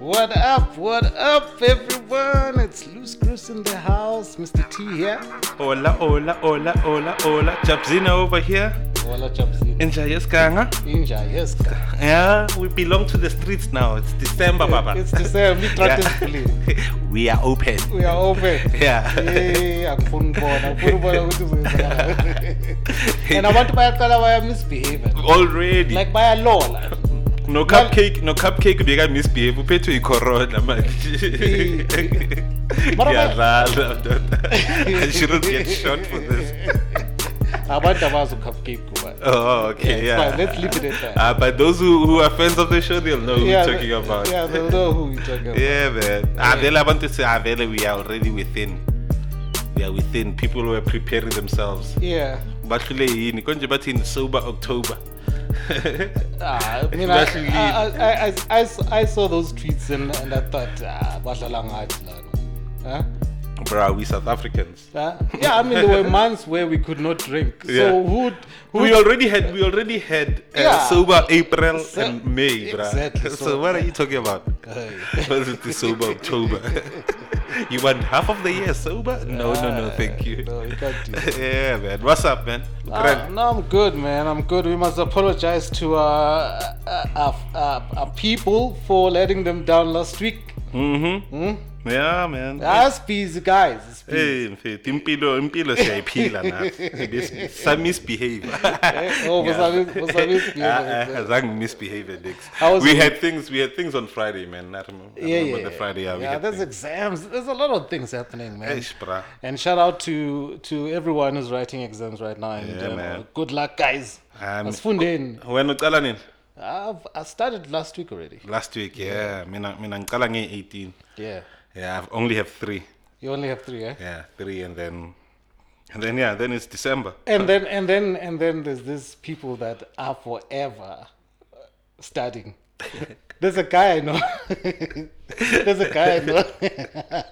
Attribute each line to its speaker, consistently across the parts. Speaker 1: What up? What up, everyone? It's Loose Goose in the house. Mr. T here.
Speaker 2: Hola, hola, hola, hola, hola. Jabzina over here
Speaker 1: Wala Jobzini.
Speaker 2: in Jayaskanga.
Speaker 1: Inja, yes. ka.
Speaker 2: Yeah, we belong to the streets now. It's December, Baba.
Speaker 1: It's the same. We try to believe.
Speaker 2: we are open.
Speaker 1: We are open.
Speaker 2: Yeah.
Speaker 1: Yay, angifuni ukubona. Angifuni ukubona ukuthi uzoyenzakalani. And abantu bayaqala baya misbehave.
Speaker 2: Already.
Speaker 1: Like bayalola.
Speaker 2: no cupcake, no cupcake beka misbehave. Uphethwe i-corona manje.
Speaker 1: Mara-
Speaker 2: Ngiyadlala, mntwana. I shouldn't get shot for this.
Speaker 1: Abantu abazi ukupcake kuba.
Speaker 2: Oh,
Speaker 1: Yeah,
Speaker 2: okay,
Speaker 1: it's
Speaker 2: yeah.
Speaker 1: fine. Let's leave it at that.
Speaker 2: Uh, but those who, who are fans of the show, they'll know
Speaker 1: Yeah,
Speaker 2: who we're talking about.
Speaker 1: Yeah, they know who we're talking about.
Speaker 2: Yeah, man. Ah, Avela, I want to say Avela, we are already within. We are within. People were preparing themselves.
Speaker 1: Yeah.
Speaker 2: Bahlule yini konje bathi in sober October.
Speaker 1: Ah, I mean, I,
Speaker 2: That's really-
Speaker 1: I, I, I, I, saw- I saw those tweets and, and I thought, ah, badlala ngathi lana. Huh?
Speaker 2: Bruh, we South Africans.
Speaker 1: Huh? Yeah, I mean, there were months where we could not drink. So
Speaker 2: Yeah.
Speaker 1: who, who
Speaker 2: We already had we already had uh,
Speaker 1: Yeah.
Speaker 2: sober April
Speaker 1: So-
Speaker 2: and May, bruh.
Speaker 1: exactly,
Speaker 2: So,
Speaker 1: so-
Speaker 2: what are you talking about?
Speaker 1: Hey.
Speaker 2: What's with the sober October? you want half of the year sober? No, no, no,
Speaker 1: Ah,
Speaker 2: thank you.
Speaker 1: no, you can't do that.
Speaker 2: yeah, man. What's up, man?
Speaker 1: Ah,
Speaker 2: Grand.
Speaker 1: no, I'm good, man. I'm good. We must apologize to uh, our, our, our, our uh, people for letting them down last week.
Speaker 2: Mhm.
Speaker 1: Hmm? Ah,
Speaker 2: Yeah, man.
Speaker 1: That's busy, guys. It's busy.
Speaker 2: Eh, mfethu impilo impilo siyayiphila nathi some misbehavior
Speaker 1: oh, for some mis- for some misbehavior,
Speaker 2: Ah, ah, zange misbehavior dicks
Speaker 1: I was-
Speaker 2: we had things we had things on friday man i remember, I
Speaker 1: Yeah,
Speaker 2: remember
Speaker 1: yeah.
Speaker 2: the friday yeah, we
Speaker 1: yeah
Speaker 2: had
Speaker 1: there's
Speaker 2: things.
Speaker 1: exams. There's a lot of things happening, man.
Speaker 2: Eish, bra.
Speaker 1: And shout out to to everyone who's writing exams right now. And
Speaker 2: Yeah,
Speaker 1: um,
Speaker 2: man.
Speaker 1: good luck, guys.
Speaker 2: Um,
Speaker 1: Asifundeni.
Speaker 2: wena ucala nini
Speaker 1: I've, I started last week already.
Speaker 2: last week yeah mina mina ngiqala nge-18
Speaker 1: Yeah.
Speaker 2: yeah i only have three
Speaker 1: You only have three, eh?
Speaker 2: yeah three and then and then yeah then it's december
Speaker 1: And then and then and then there's these people that are forever uh, studying. There's a guy I know. there's a guy I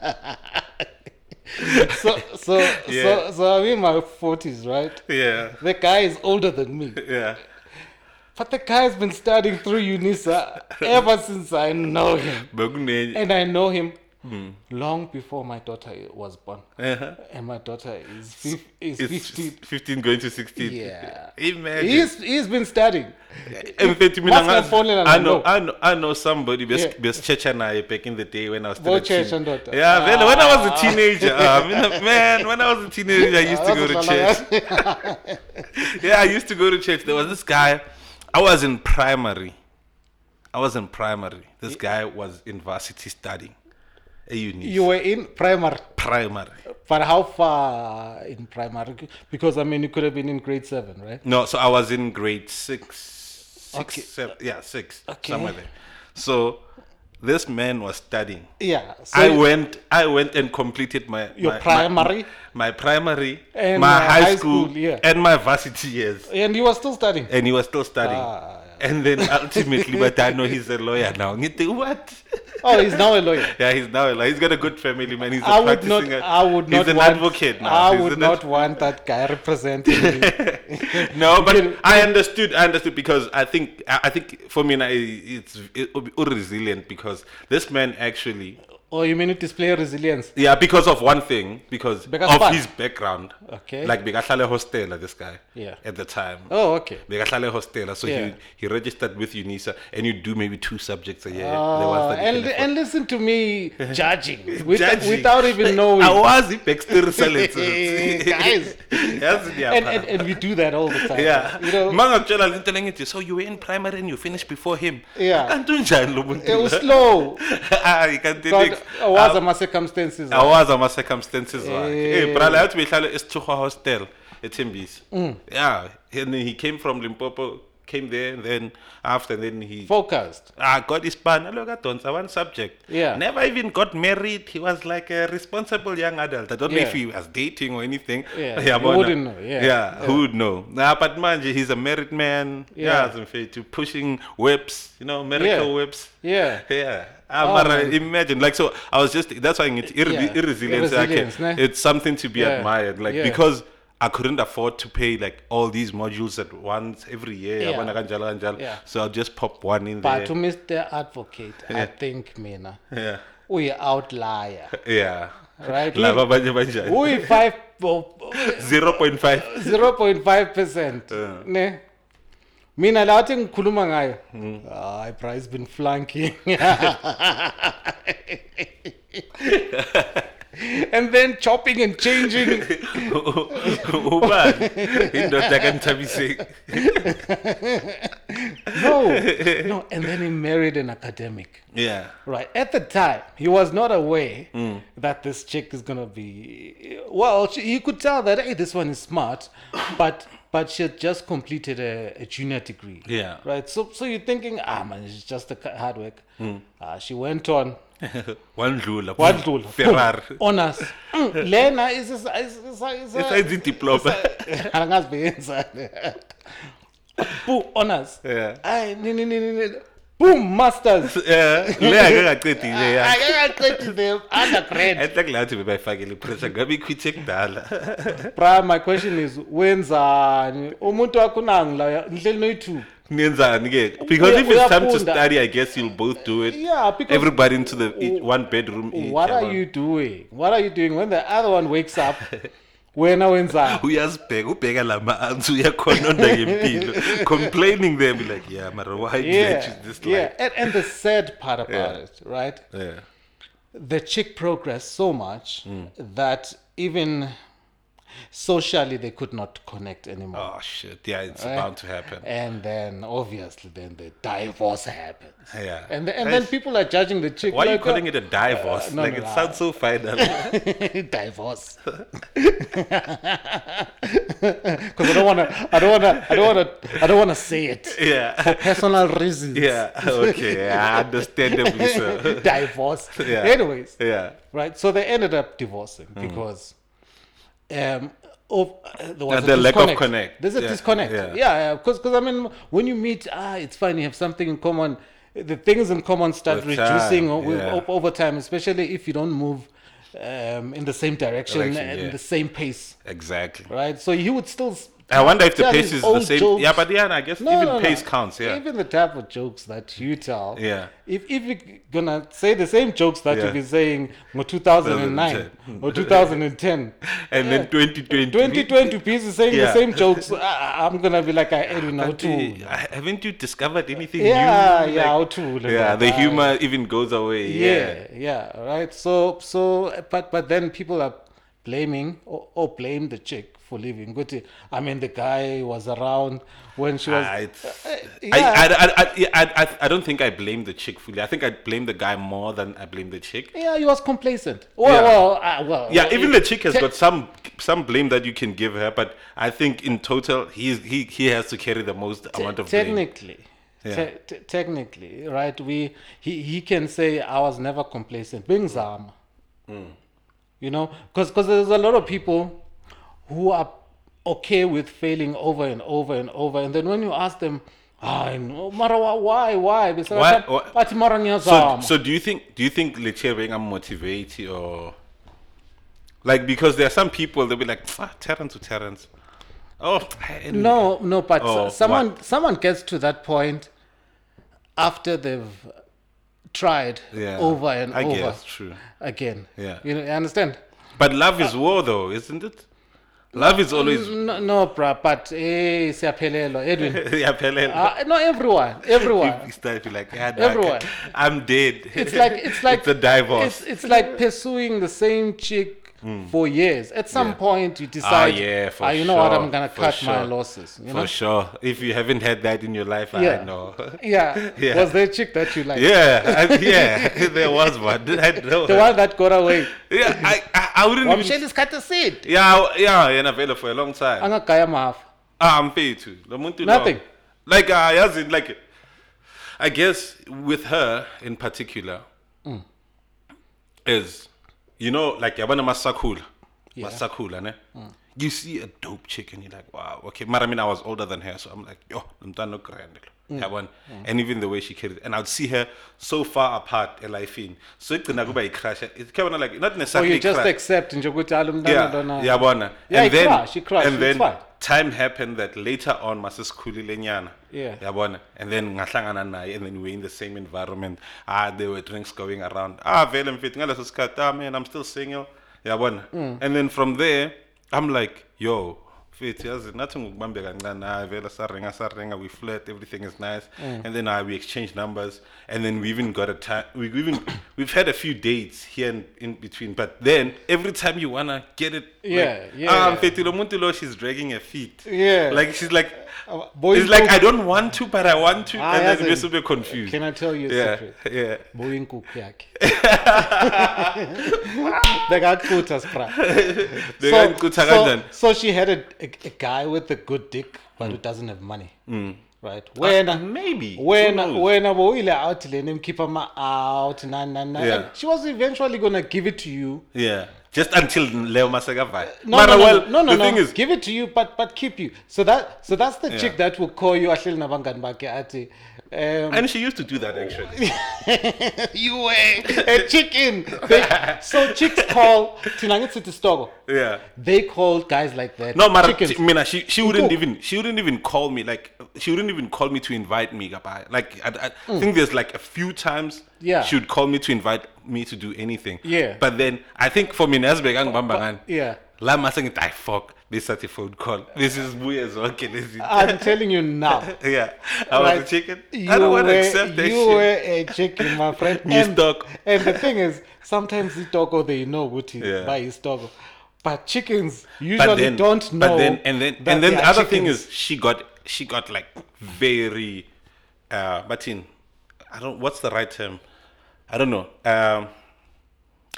Speaker 1: know. so so so
Speaker 2: Yeah.
Speaker 1: so I'm in my forties, right?
Speaker 2: yeah
Speaker 1: The guy is older than me.
Speaker 2: yeah
Speaker 1: But the guy's been studying through UNISA ever since I know him.
Speaker 2: bekunenye
Speaker 1: And I know him
Speaker 2: Hmm.
Speaker 1: long before my daughter was born.
Speaker 2: uh-huh.
Speaker 1: And my daughter is, fif- is
Speaker 2: it's
Speaker 1: 15.
Speaker 2: 15 going to 16
Speaker 1: Yeah.
Speaker 2: imagine
Speaker 1: He's, he's been studying.
Speaker 2: mfethu mina
Speaker 1: What's my
Speaker 2: ngazi-
Speaker 1: phone line?
Speaker 2: I know,
Speaker 1: No.
Speaker 2: I know, I know somebody
Speaker 1: Yeah.
Speaker 2: besitshetsha naye back in the day when I was still a
Speaker 1: Botshetsha
Speaker 2: teen-
Speaker 1: ndoda.
Speaker 2: Yeah, vele when I was
Speaker 1: Ah.
Speaker 2: a teenager, ah, mina- man, when I was a teenager, I used to go to church. Yeah, I used to go to church. There was this guy. I was in primary. I was in primary. This guy was in varsity studying. A uni.
Speaker 1: you were in primary.
Speaker 2: primary.
Speaker 1: But how far in primary? Because, I mean, you could have been in grade 7, right?
Speaker 2: No, so I was in grade six, six,
Speaker 1: Okay.
Speaker 2: seven- yeah, six,
Speaker 1: Okay.
Speaker 2: somewhere there. So this man was studying.
Speaker 1: Yeah. So
Speaker 2: I went. I went and completed my
Speaker 1: Your
Speaker 2: my- my-
Speaker 1: primary?
Speaker 2: my, primary,
Speaker 1: And,
Speaker 2: my
Speaker 1: uh,
Speaker 2: high,
Speaker 1: high
Speaker 2: school,
Speaker 1: school, yeah.
Speaker 2: and my varsity years,
Speaker 1: And you were still studying.
Speaker 2: and he was still studying.
Speaker 1: Ah,
Speaker 2: And then ultimately, but I know he's a lawyer now. Ngithi, What?
Speaker 1: Oh, he's now a lawyer.
Speaker 2: yeah, he's now a lawyer. He's got a good family, man. He's a
Speaker 1: I would
Speaker 2: practicing.
Speaker 1: not. I would not
Speaker 2: He's an
Speaker 1: want,
Speaker 2: advocate now.
Speaker 1: I
Speaker 2: He's
Speaker 1: would
Speaker 2: an
Speaker 1: not want that guy representing me.
Speaker 2: no,
Speaker 1: can-
Speaker 2: but I understood. I understood because I think I I think for me now it's it, resilient because this man actually
Speaker 1: Or Oh, you mean to display resilience?
Speaker 2: yeah because of one thing because
Speaker 1: Because
Speaker 2: of
Speaker 1: what?
Speaker 2: his background.
Speaker 1: Okay.
Speaker 2: Like Begahlale Hostela, this guy.
Speaker 1: Yeah.
Speaker 2: At the time.
Speaker 1: Oh, okay.
Speaker 2: Begahlale Hostela, so
Speaker 1: Yeah.
Speaker 2: he he registered with UNISA, and you do maybe two subjects a year. the
Speaker 1: Uh,
Speaker 2: ones that you
Speaker 1: and
Speaker 2: can afford.
Speaker 1: and listen to me judging, with,
Speaker 2: Judging.
Speaker 1: without even knowing.
Speaker 2: I was a backstory seller.
Speaker 1: Guys.
Speaker 2: Yes, yeah.
Speaker 1: and, and, and we do that all the time.
Speaker 2: yeah
Speaker 1: You know,
Speaker 2: mangakutshela le nto lengithi so you were in primary and you finished before him
Speaker 1: Yeah.
Speaker 2: kanti unjani lo Ah,
Speaker 1: it was slow. God, uh, was
Speaker 2: muntu
Speaker 1: my circumstances.
Speaker 2: awazi ama-circumstances wakhe
Speaker 1: Eh.
Speaker 2: ey brala yathi beyihlale esithuhwa hostel ethembisi
Speaker 1: Mm.
Speaker 2: yeah and then he came from limpopo came there and then after then he
Speaker 1: focused.
Speaker 2: Ah, got his pan. Look at Donza, one subject.
Speaker 1: Yeah.
Speaker 2: Never even got married. He was like a responsible young adult. I don't know if
Speaker 1: Yeah.
Speaker 2: he was dating or anything.
Speaker 1: Yeah, you
Speaker 2: bona.
Speaker 1: wouldn't know, yeah.
Speaker 2: who would know? Nah, but manje, he's a married man.
Speaker 1: Yeah.
Speaker 2: Yeah. yeah to pushing whips, you know, miracle whips.
Speaker 1: Yeah.
Speaker 2: Yeah. Ah,
Speaker 1: Oh,
Speaker 2: mara,
Speaker 1: man.
Speaker 2: imagine. Like, so I was just, that's why it's irre-
Speaker 1: Yeah.
Speaker 2: irresilience.
Speaker 1: Irresilience,
Speaker 2: okay.
Speaker 1: ne?
Speaker 2: It's something to be
Speaker 1: Yeah.
Speaker 2: admired. Like,
Speaker 1: Yeah.
Speaker 2: because I couldn't afford to pay like all these modules at once every year.
Speaker 1: Yeah.
Speaker 2: yabona, kanjalo, kanjalo.
Speaker 1: Yeah.
Speaker 2: So I'll just pop one in
Speaker 1: But to
Speaker 2: there.
Speaker 1: Mr. Advocate, I think mina
Speaker 2: Yeah.
Speaker 1: we outlier,
Speaker 2: Yeah.
Speaker 1: right?
Speaker 2: Lava abanye banjani?
Speaker 1: We five oh,
Speaker 2: 0.5.
Speaker 1: zero point five percent.
Speaker 2: Yeah.
Speaker 1: Ne. Mina lati ngikhuluma ngayo. Ah, price been flanking. and then chopping and changing.
Speaker 2: Ubani? Indoda kanithabiseki.
Speaker 1: No, no. And then he married an academic.
Speaker 2: Yeah.
Speaker 1: Right. At the time, he was not aware
Speaker 2: Mm.
Speaker 1: that this chick is going to be. Well, she, he could tell that, hey, this one is smart, but but she had just completed a, a junior degree.
Speaker 2: Yeah.
Speaker 1: Right. So so you're thinking, ah, man, she's just a ca- hard work.
Speaker 2: Mm.
Speaker 1: Ah, she went on.
Speaker 2: Wandlula.
Speaker 1: Wadlula.
Speaker 2: Ferrari.
Speaker 1: Honors. Mm, Lena is. is, is, is, is, uh,
Speaker 2: Esayenza idiploma.
Speaker 1: angazi beyenzani bu honors
Speaker 2: Yeah.
Speaker 1: Ay, ni- ni- ni- ni- ni- boom masters
Speaker 2: Eh, le akangaqedi nje yakhe.
Speaker 1: akakaqedi the undergrad
Speaker 2: enhle kulathi bebayifakele ipressure ngabe ikhwithe kudala
Speaker 1: bra my question is wenzani umuntu wakho unangu la nihleli noyi-two
Speaker 2: nenzani ke because if it's time to
Speaker 1: Uyafunda.
Speaker 2: study i guess you'll both do it
Speaker 1: yeah because
Speaker 2: everybody into the each, one bedroom each,
Speaker 1: what are
Speaker 2: yabona.
Speaker 1: you doing what are you doing when the other one wakes up wena wenzani
Speaker 2: uyazibheka ubheka la ma-ansi uyakhononda ngempilo complaining them like yeah mara why did I
Speaker 1: yeah,
Speaker 2: choose this
Speaker 1: yeah.
Speaker 2: life
Speaker 1: And, and the sad part about it right
Speaker 2: yeah
Speaker 1: the chick progressed so much
Speaker 2: Hmm.
Speaker 1: that even socially they could not connect anymore.
Speaker 2: oh shit yeah it's bound to happen
Speaker 1: And then obviously then the divorce happens.
Speaker 2: yeah
Speaker 1: And, the, and then people are judging the chick.
Speaker 2: why are you
Speaker 1: like,
Speaker 2: calling it a divorce
Speaker 1: no,
Speaker 2: like
Speaker 1: no,
Speaker 2: it
Speaker 1: no.
Speaker 2: sounds so final
Speaker 1: it divorce? Because I don't wanna, I don't wanna, I don't wanna, I don't wanna say it
Speaker 2: yeah
Speaker 1: personal reasons.
Speaker 2: yeah okay yeah, understandably so
Speaker 1: divorce.
Speaker 2: Yeah.
Speaker 1: Anyways,
Speaker 2: yeah
Speaker 1: right? So they ended up divorcing
Speaker 2: Hmm.
Speaker 1: because um, of uh, there was
Speaker 2: Uh, the
Speaker 1: a
Speaker 2: lack of
Speaker 1: disconnect.
Speaker 2: connect.
Speaker 1: There's a
Speaker 2: Yeah,
Speaker 1: disconnect.
Speaker 2: yeah.
Speaker 1: Yeah, yeah. Because I mean, when you meet, ah, it's fine. You have something in common. The things in common start
Speaker 2: With time,
Speaker 1: reducing o- with-
Speaker 2: yeah.
Speaker 1: o- over time, especially if you don't move um, in the same direction,
Speaker 2: Direction,
Speaker 1: and
Speaker 2: yeah.
Speaker 1: the same pace,
Speaker 2: exactly
Speaker 1: right? So he would still. s-
Speaker 2: I wonder if the
Speaker 1: tell
Speaker 2: pace
Speaker 1: his
Speaker 2: is the
Speaker 1: old
Speaker 2: same.
Speaker 1: jokes.
Speaker 2: Yeah, but yeah, I guess
Speaker 1: No,
Speaker 2: even
Speaker 1: no, no.
Speaker 2: pace counts. Yeah,
Speaker 1: Even the type of jokes that you tell.
Speaker 2: Yeah.
Speaker 1: If if you're gonna say the same jokes that
Speaker 2: Yeah.
Speaker 1: you've been saying in 2009 or 2010,
Speaker 2: and then 2020.
Speaker 1: 2020 pieces saying
Speaker 2: Yeah.
Speaker 1: the same jokes, I, I'm gonna be like I Edwin
Speaker 2: Can't
Speaker 1: Autu.
Speaker 2: you- eh, I- haven't you discovered anything
Speaker 1: Yeah,
Speaker 2: new?
Speaker 1: yeah,
Speaker 2: Like,
Speaker 1: Autu.
Speaker 2: yeah, the humor even goes away. Yeah,
Speaker 1: yeah, yeah, right. So so, but but then people are blaming or, or blame the chick for leaving. Good, I mean the guy was around when she was.
Speaker 2: Ah, it's-
Speaker 1: uh,
Speaker 2: I,
Speaker 1: yeah.
Speaker 2: I, I, I, yeah, I, I, I don't think I blame the chick fully. I think I blame the guy more than I blame the chick.
Speaker 1: Yeah, he was complacent. Well,
Speaker 2: Yeah.
Speaker 1: well, uh, well.
Speaker 2: Yeah,
Speaker 1: well,
Speaker 2: even
Speaker 1: it-
Speaker 2: the chick has
Speaker 1: te-
Speaker 2: got some some blame that you can give her, but I think in total he's, he he has to carry the most amount of blame.
Speaker 1: technically.
Speaker 2: Yeah.
Speaker 1: te- te- technically, right? We he, he can say I was never complacent. Being Zama,
Speaker 2: Mm.
Speaker 1: you know, because there's a lot of people who are okay with failing over and over and over, and then when you ask them, "Ah, I know, mara wa- why, why? They say,
Speaker 2: Why-
Speaker 1: "But-
Speaker 2: why-
Speaker 1: but mara
Speaker 2: So,
Speaker 1: ngiyazama."
Speaker 2: so do you think do you think Leche Wenger motivate or like because there are some people they'll be like ah, Terrence to Terrence. Oh and-
Speaker 1: No, no, but
Speaker 2: Oh,
Speaker 1: s- someone someone gets to that point after they've tried
Speaker 2: yeah,
Speaker 1: over and
Speaker 2: I
Speaker 1: over
Speaker 2: guess true.
Speaker 1: again.
Speaker 2: Yeah.
Speaker 1: you, know, you understand?
Speaker 2: But love is war though, isn't it? Love is always
Speaker 1: No, no, bruh, but eh, siyaphelelwa, Edwin.
Speaker 2: yeah, Pele.
Speaker 1: uh, no, everyone, everyone.
Speaker 2: You start to be like yeah, no, I
Speaker 1: Everyone.
Speaker 2: can't. I'm dead.
Speaker 1: It's like it's like
Speaker 2: it's a divorce. Hmm.
Speaker 1: It's, it's like pursuing the same chick for years. At some point, you decide,
Speaker 2: yeah, for
Speaker 1: "Ah, you know what,
Speaker 2: sure,
Speaker 1: I'm gonna
Speaker 2: for
Speaker 1: cut my
Speaker 2: sure,
Speaker 1: losses. You
Speaker 2: for
Speaker 1: know?
Speaker 2: sure. If you haven't had that in your life, I
Speaker 1: Yeah.
Speaker 2: know.
Speaker 1: Yeah.
Speaker 2: Yeah.
Speaker 1: was there a chick that you like?
Speaker 2: yeah, I, yeah. There was one. I know.
Speaker 1: The one that got away.
Speaker 2: Yeah, I, I, I wouldn't. even
Speaker 1: wamshela isikhathi eside
Speaker 2: Yeah, I- yeah, yena vele for a long time.
Speaker 1: angagaya mahafa
Speaker 2: Ah, I'm paid to. Lo muntu lo.
Speaker 1: Nothing.
Speaker 2: Like uh, yazi like I guess with her in particular
Speaker 1: Hmm. Hmm.
Speaker 2: is you know like yabana masakula. Masakula ne. you see a dope chick and you're like, wow, okay. But I mean, I was older than her, so I'm like, yo, I'm done no grand.
Speaker 1: Hmm.
Speaker 2: That one, and even the way she carried, and I'd see her so far apart, a life in. So it's gonna go by crash. It's kind of like not
Speaker 1: Or
Speaker 2: necessarily.
Speaker 1: you Oh, just
Speaker 2: crash.
Speaker 1: accept nje ukuthi "Hhayi, lo mntwana lona-
Speaker 2: Yeah, yeah, bona.
Speaker 1: Yeah,
Speaker 2: and
Speaker 1: it
Speaker 2: then,
Speaker 1: crash, it crash,
Speaker 2: and
Speaker 1: it's
Speaker 2: then
Speaker 1: fine.
Speaker 2: time happened that later on masisikhulile nyana
Speaker 1: Yeah.
Speaker 2: yabona and then ngahlangana naye and then we were in the same environment ah there were drinks going around ah vele mfethu ngaleso sikhathi ah man i'm still single yabona
Speaker 1: Mm.
Speaker 2: and then from there i'm like yo mfethu yazi nathi ngokubambe kancane ah vele sarenga sarenga we flirt everything is nice
Speaker 1: Mm.
Speaker 2: and then ah, we exchange numbers and then we even got a time we even we've had a few dates here and in between but then every time you wanna get it
Speaker 1: Yeah,
Speaker 2: like,
Speaker 1: yeah.
Speaker 2: ah mfethu lo muntu lo she's dragging her feet
Speaker 1: Yeah.
Speaker 2: like she's like
Speaker 1: Uh, boy
Speaker 2: it's like
Speaker 1: inkukhu.
Speaker 2: I don't want to, but I want to,
Speaker 1: Ah,
Speaker 2: and then
Speaker 1: yazi.
Speaker 2: we're super confused.
Speaker 1: Can I tell you a
Speaker 2: yeah,
Speaker 1: secret?
Speaker 2: yeah.
Speaker 1: buya inkukhu yakhe bekakucutha spra
Speaker 2: They can't go
Speaker 1: so,
Speaker 2: Tagadan.
Speaker 1: so she had a, a, a guy with a good dick but who doesn't have money right wena
Speaker 2: Ah, maybe. Who
Speaker 1: wena
Speaker 2: knows?
Speaker 1: wena bowuyile out lena emkhipha ama-out nani nani nani
Speaker 2: Yeah.
Speaker 1: she was eventually gonna give it to you
Speaker 2: yeah. Just until Leo Masagava.
Speaker 1: no, no, no,
Speaker 2: well,
Speaker 1: no, no,
Speaker 2: the
Speaker 1: no.
Speaker 2: thing is,
Speaker 1: give it to you, but but keep you. So that so that's the chick
Speaker 2: Yeah.
Speaker 1: that will call you ahleli nabangani bakhe athi, um,
Speaker 2: and she used to do that actually.
Speaker 1: you were a chicken. They, so chicks call thina ngithi sithi stoko.
Speaker 2: yeah.
Speaker 1: They call guys like that.
Speaker 2: No, Mara,
Speaker 1: chickens.
Speaker 2: t- Mina, she, she wouldn't
Speaker 1: Cool.
Speaker 2: even she wouldn't even call me like she wouldn't even call me to invite me. Gaba. Like I, I think there's like a few times
Speaker 1: Mm. Yeah.
Speaker 2: she would call me to invite me to do anything.
Speaker 1: Yeah.
Speaker 2: But then I think for me Nasbeg ang bambangan.
Speaker 1: yeah.
Speaker 2: La masang I fuck this such a phone call. This is weird as well. Okay, this is-
Speaker 1: I'm telling you now.
Speaker 2: yeah. I was a
Speaker 1: right?
Speaker 2: Oh, chicken.
Speaker 1: You
Speaker 2: I don't want to
Speaker 1: were-
Speaker 2: accept that
Speaker 1: You
Speaker 2: shit.
Speaker 1: were a chicken, my friend.
Speaker 2: You stuck.
Speaker 1: And the thing is, sometimes Itoko they know Wuti
Speaker 2: Yeah.
Speaker 1: by Itoko. But chickens usually
Speaker 2: But then,
Speaker 1: don't know.
Speaker 2: but then and then
Speaker 1: that
Speaker 2: and then
Speaker 1: they
Speaker 2: the
Speaker 1: are
Speaker 2: other thing
Speaker 1: chickens.
Speaker 2: is she got she got like very uh Martin, I don't what's the right term? I don't know. Um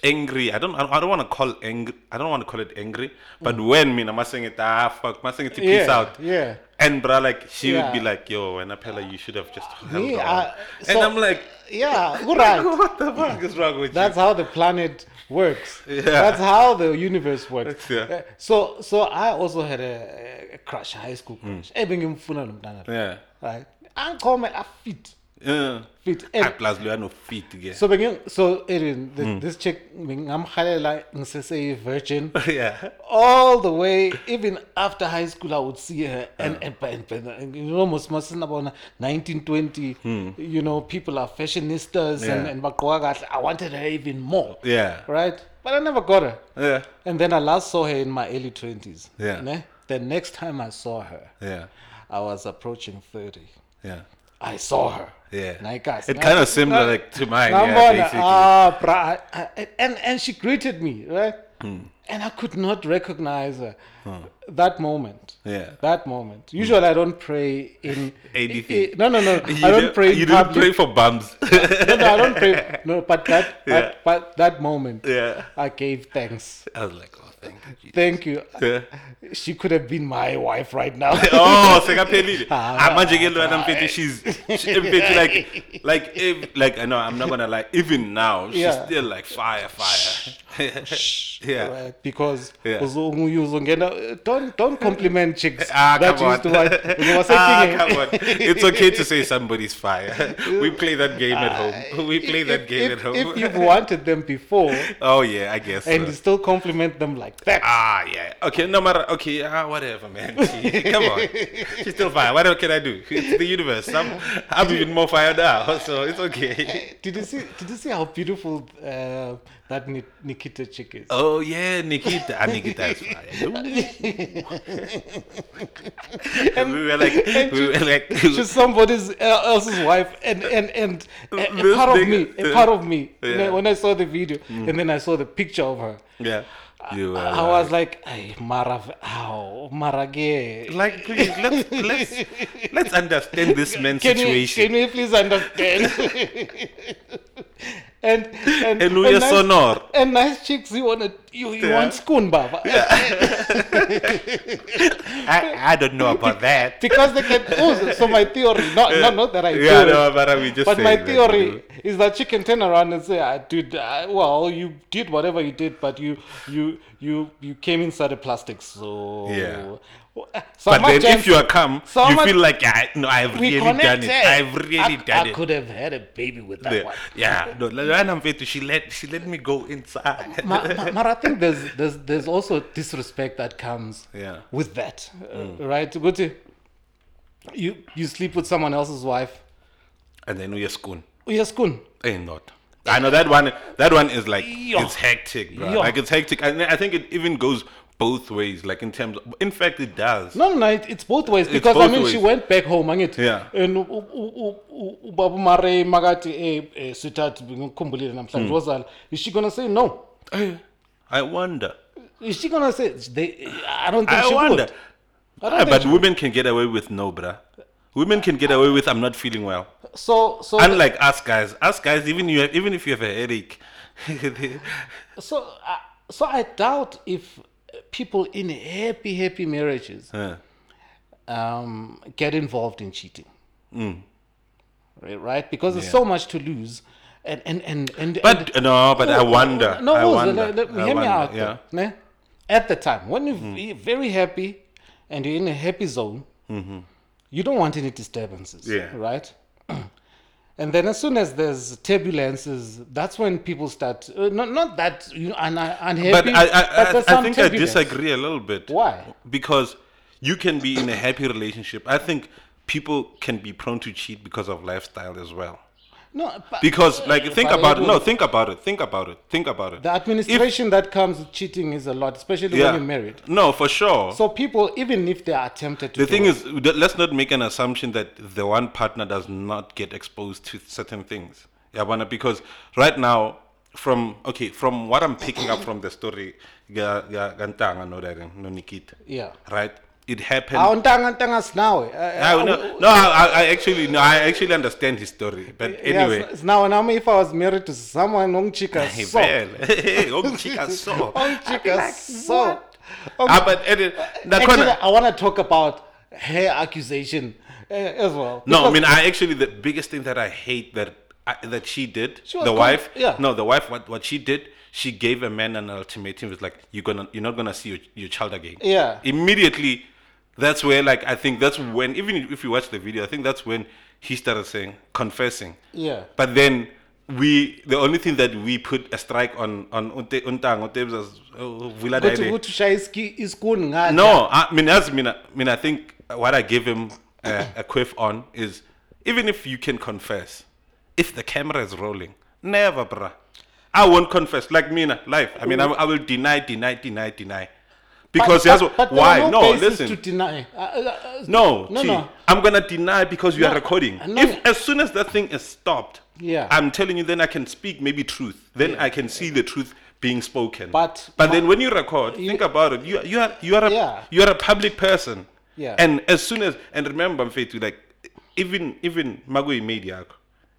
Speaker 2: angry i don't i don't want to call angry i don't want to call it angry but when me i'm saying it ah fuck i'm saying it to
Speaker 1: Mm. yeah,
Speaker 2: peace out
Speaker 1: Yeah.
Speaker 2: and bruh like she would be
Speaker 1: Yeah.
Speaker 2: like yo when you should have just held
Speaker 1: Yeah,
Speaker 2: on
Speaker 1: uh,
Speaker 2: and
Speaker 1: so-
Speaker 2: i'm like
Speaker 1: Yeah, you're right.
Speaker 2: what the fuck is wrong with
Speaker 1: That's how the planet works.
Speaker 2: Yeah.
Speaker 1: That's how the universe works.
Speaker 2: That's- yeah.
Speaker 1: Uh, So so I also had a, a crush, a high school crush.
Speaker 2: Hmm.
Speaker 1: Ebengimfuna lo mntana
Speaker 2: you
Speaker 1: lo.
Speaker 2: yeah
Speaker 1: Right. Uncommon a fit.
Speaker 2: yeah
Speaker 1: Fit.
Speaker 2: I
Speaker 1: And
Speaker 2: plus we are no feet again
Speaker 1: so bengi so Edwin, the,
Speaker 2: Hmm.
Speaker 1: this chick ngamhalela ngisese virgin
Speaker 2: yeah
Speaker 1: all the way even after high school I would see her and
Speaker 2: Ah.
Speaker 1: and, and, and, and you know most must about 1920 you know people are fashionistas and
Speaker 2: Hmm. Yeah.
Speaker 1: and bagqoka kahle. I wanted her even more
Speaker 2: yeah
Speaker 1: right? But I never got her.
Speaker 2: yeah
Speaker 1: And then I last saw her in my early 20s.
Speaker 2: Yeah.
Speaker 1: ne? The next time I saw her,
Speaker 2: yeah
Speaker 1: I was approaching 30.
Speaker 2: yeah
Speaker 1: I saw her.
Speaker 2: yeah
Speaker 1: Naikazi.
Speaker 2: it kind of
Speaker 1: uh,
Speaker 2: similar like to mine yeah
Speaker 1: Ngambona,
Speaker 2: basically
Speaker 1: ah, bra, I- I- and, and she greeted me, right?
Speaker 2: Hmm.
Speaker 1: And I could not recognize her. That moment.
Speaker 2: Yeah.
Speaker 1: That moment. Usually I don't pray in.
Speaker 2: Anything.
Speaker 1: i- no, no, no.
Speaker 2: You
Speaker 1: I don't pray in
Speaker 2: you don't
Speaker 1: public.
Speaker 2: pray for bums
Speaker 1: no, no, I don't pray. No, but that,
Speaker 2: Yeah.
Speaker 1: but, but that moment,
Speaker 2: Yeah.
Speaker 1: I gave thanks.
Speaker 2: i was like oh thank you Jesus.
Speaker 1: Thank you.
Speaker 2: Yeah.
Speaker 1: She could have been my wife right now.
Speaker 2: oh sekaphelile
Speaker 1: Ah,
Speaker 2: Ah, manje ke lona mfethu she's she- mfethu like like if, like no i'm not gonna lie even now she's
Speaker 1: Yeah.
Speaker 2: still like fire fire yeah
Speaker 1: Right, because
Speaker 2: Yeah.
Speaker 1: uzongu- uzongena- don't don't compliment chicks
Speaker 2: Ah,
Speaker 1: that
Speaker 2: come
Speaker 1: used to
Speaker 2: on.
Speaker 1: watch. You were
Speaker 2: ah,
Speaker 1: saying,
Speaker 2: come on. It's okay to say somebody's fire. We play that game at home. We play that
Speaker 1: Ah, if,
Speaker 2: game
Speaker 1: if,
Speaker 2: at home.
Speaker 1: if you've wanted them before
Speaker 2: oh yeah, I guess.
Speaker 1: and
Speaker 2: so.
Speaker 1: you still compliment them like that,
Speaker 2: Ah yeah. Okay, no matter. Okay, ah, whatever, man. Come on, she's still fire. What else can I do? It's the universe. I'm, I'm even more fired now, so it's okay.
Speaker 1: Eh, did you see? Did you see how beautiful uh, that Ni- Nikita chick is?
Speaker 2: Oh yeah, Nikita. Ah, Nikita is fire. we were like, we were like,
Speaker 1: She's somebody's uh, else's wife, and and and a, a
Speaker 2: This
Speaker 1: part of
Speaker 2: thing-
Speaker 1: me, a part of me. you know,
Speaker 2: Yeah. Mm.
Speaker 1: when I saw the video, and then I saw the picture of her,
Speaker 2: yeah. You were
Speaker 1: I was like, "Ay, Mara, ow, Mara gay."
Speaker 2: like, please let's let's let's understand this man's
Speaker 1: Can we,
Speaker 2: situation.
Speaker 1: can we please understand? and and
Speaker 2: And we are
Speaker 1: nice,
Speaker 2: sonor.
Speaker 1: and nice chicks you want to you, you want spoon baba
Speaker 2: I, I don't know about that.
Speaker 1: because they can ooze. So my theory, not not, not that I
Speaker 2: Yeah,
Speaker 1: do it,
Speaker 2: no, but I mean, just
Speaker 1: but my
Speaker 2: saying that,
Speaker 1: theory
Speaker 2: you
Speaker 1: is that she can turn around and say, "I did I, well. You did whatever you did, but you you you you came inside the plastic." So
Speaker 2: Yeah.
Speaker 1: So
Speaker 2: But
Speaker 1: much
Speaker 2: then
Speaker 1: time-
Speaker 2: if you are calm,
Speaker 1: so
Speaker 2: you
Speaker 1: much-
Speaker 2: feel like I no, I've
Speaker 1: we
Speaker 2: really done it.
Speaker 1: connected.
Speaker 2: I've really
Speaker 1: I,
Speaker 2: done
Speaker 1: I
Speaker 2: it.
Speaker 1: could have had a baby with that
Speaker 2: Yeah.
Speaker 1: one.
Speaker 2: Yeah, no, Lana Mfethu, she let she let me go inside.
Speaker 1: Ma- ma- but I think there's there's there's also disrespect that comes
Speaker 2: Yeah. Mm.
Speaker 1: with that, uh, right? Go to you you sleep with someone else's wife.
Speaker 2: and then we're schoon.
Speaker 1: Yes, kun.
Speaker 2: Ain't Eh, not. I know that one. That one is like
Speaker 1: Yo.
Speaker 2: it's hectic, bro.
Speaker 1: Yo.
Speaker 2: Like it's hectic, and I think it even goes both ways. Like in terms, of, in fact, it does.
Speaker 1: No, no, no, it, it's both ways because
Speaker 2: both
Speaker 1: I mean she
Speaker 2: ways.
Speaker 1: went back home, angithi
Speaker 2: Yeah.
Speaker 1: and u- u- u- u- ubaba Mare makathi eh eh, sweetheart ngikukhumbulile
Speaker 2: Mm.
Speaker 1: namhlanje wozala is she gonna say no?
Speaker 2: I wonder.
Speaker 1: Is she gonna say they, I don't think
Speaker 2: I
Speaker 1: she
Speaker 2: wonder.
Speaker 1: would. I don't
Speaker 2: Ah,
Speaker 1: think
Speaker 2: but
Speaker 1: she-
Speaker 2: women can get away with no, bruh. Women can get away with I'm not feeling well.
Speaker 1: so so
Speaker 2: Unlike us guys, us guys, even you have, even if you have a headache,
Speaker 1: so uh, so I doubt if people in happy happy marriages
Speaker 2: Uh,
Speaker 1: um, get involved in cheating. Right, right, because there's so much to lose, and and and and and-
Speaker 2: but no, but I wonder.
Speaker 1: No,
Speaker 2: I
Speaker 1: Uzo,
Speaker 2: wonder.
Speaker 1: let- let me-
Speaker 2: I
Speaker 1: hear me
Speaker 2: wonder,
Speaker 1: out.
Speaker 2: Yeah. Mm.
Speaker 1: though, ne? At the time, when you you're very happy and you're in a happy zone, you don't want any disturbances,
Speaker 2: Mm-hmm. Yeah.
Speaker 1: right? And then, as soon as there's turbulences, that's when people start. Uh, not not that you are un- unhappy,
Speaker 2: But I, I, I,
Speaker 1: there's
Speaker 2: I
Speaker 1: some
Speaker 2: think I
Speaker 1: turbulence.
Speaker 2: disagree a little bit.
Speaker 1: Why?
Speaker 2: Because you can be in a happy relationship. I think people can be prone to cheat because of lifestyle as well.
Speaker 1: No, but uh,
Speaker 2: Because, like, think
Speaker 1: But
Speaker 2: about it. No,
Speaker 1: Edward,
Speaker 2: think about it. Think about it. Think about it.
Speaker 1: the administration that comes with cheating is a lot, especially when you're married.
Speaker 2: No, for sure.
Speaker 1: So people, even if they are tempted to,
Speaker 2: the
Speaker 1: do
Speaker 2: thing
Speaker 1: it,
Speaker 2: is, th- let's not make an assumption that the one partner does not get exposed to certain things. Yabana, because right now, from okay, from what I'm picking up from the story, ga- ga- Gantanga, no, Darren, no, Nikita,
Speaker 1: yeah.
Speaker 2: right? It happened.
Speaker 1: Our ntanga ntangas now. eh, eh,
Speaker 2: I, no, no, I, I actually, no, I actually understand his story. But anyway,
Speaker 1: Yes, now and I mean, if I was married to someone, Ongchika
Speaker 2: hey,
Speaker 1: so,
Speaker 2: man. Hey, oh, chica, so.
Speaker 1: Ongchika so. Okay.
Speaker 2: Ah, but edit.
Speaker 1: Um, Actually, I want to talk about her accusation uh, as well.
Speaker 2: No, I
Speaker 1: Because
Speaker 2: mean, I actually the biggest thing that I hate that I, that she did,
Speaker 1: She was
Speaker 2: the
Speaker 1: con-
Speaker 2: wife.
Speaker 1: yeah.
Speaker 2: No, the wife. What what she did, she gave a man an ultimatum. It's like you're gonna, you're not gonna see your, your child again.
Speaker 1: Yeah.
Speaker 2: Immediately, that's where like I think that's when even if you watch the video, I think that's when he started saying confessing.
Speaker 1: Yeah.
Speaker 2: But then we the only thing that we put a strike on on Unte- Untang Untebza's uh, Villa
Speaker 1: ukuthi
Speaker 2: Daile.
Speaker 1: ukuthi ushaya iski- isikuni ngani?
Speaker 2: No, I mean, as mean, I mean, I think what I give him a, a quiff on is even if you can confess, if the camera is rolling, never, bruh. I won't confess. Like Mina, life. I mean, I, will- I will deny, deny, deny, deny. Because
Speaker 1: But-
Speaker 2: that's
Speaker 1: but-
Speaker 2: what,
Speaker 1: but there
Speaker 2: why?
Speaker 1: are
Speaker 2: No,
Speaker 1: basis
Speaker 2: listen.
Speaker 1: To deny. Uh, uh, uh,
Speaker 2: no,
Speaker 1: no,
Speaker 2: T,
Speaker 1: no.
Speaker 2: I'm gonna deny because you are recording.
Speaker 1: no.
Speaker 2: If as soon as that thing is stopped,
Speaker 1: Yeah.
Speaker 2: I'm telling you, then I can speak maybe truth. Then I can see the truth being spoken.
Speaker 1: But-
Speaker 2: but then when you record, think about it. You you are you are a
Speaker 1: Yeah.
Speaker 2: you are a public person.
Speaker 1: Yeah.
Speaker 2: And as soon as and remember, Mfethu, like even even Magui Mediaco,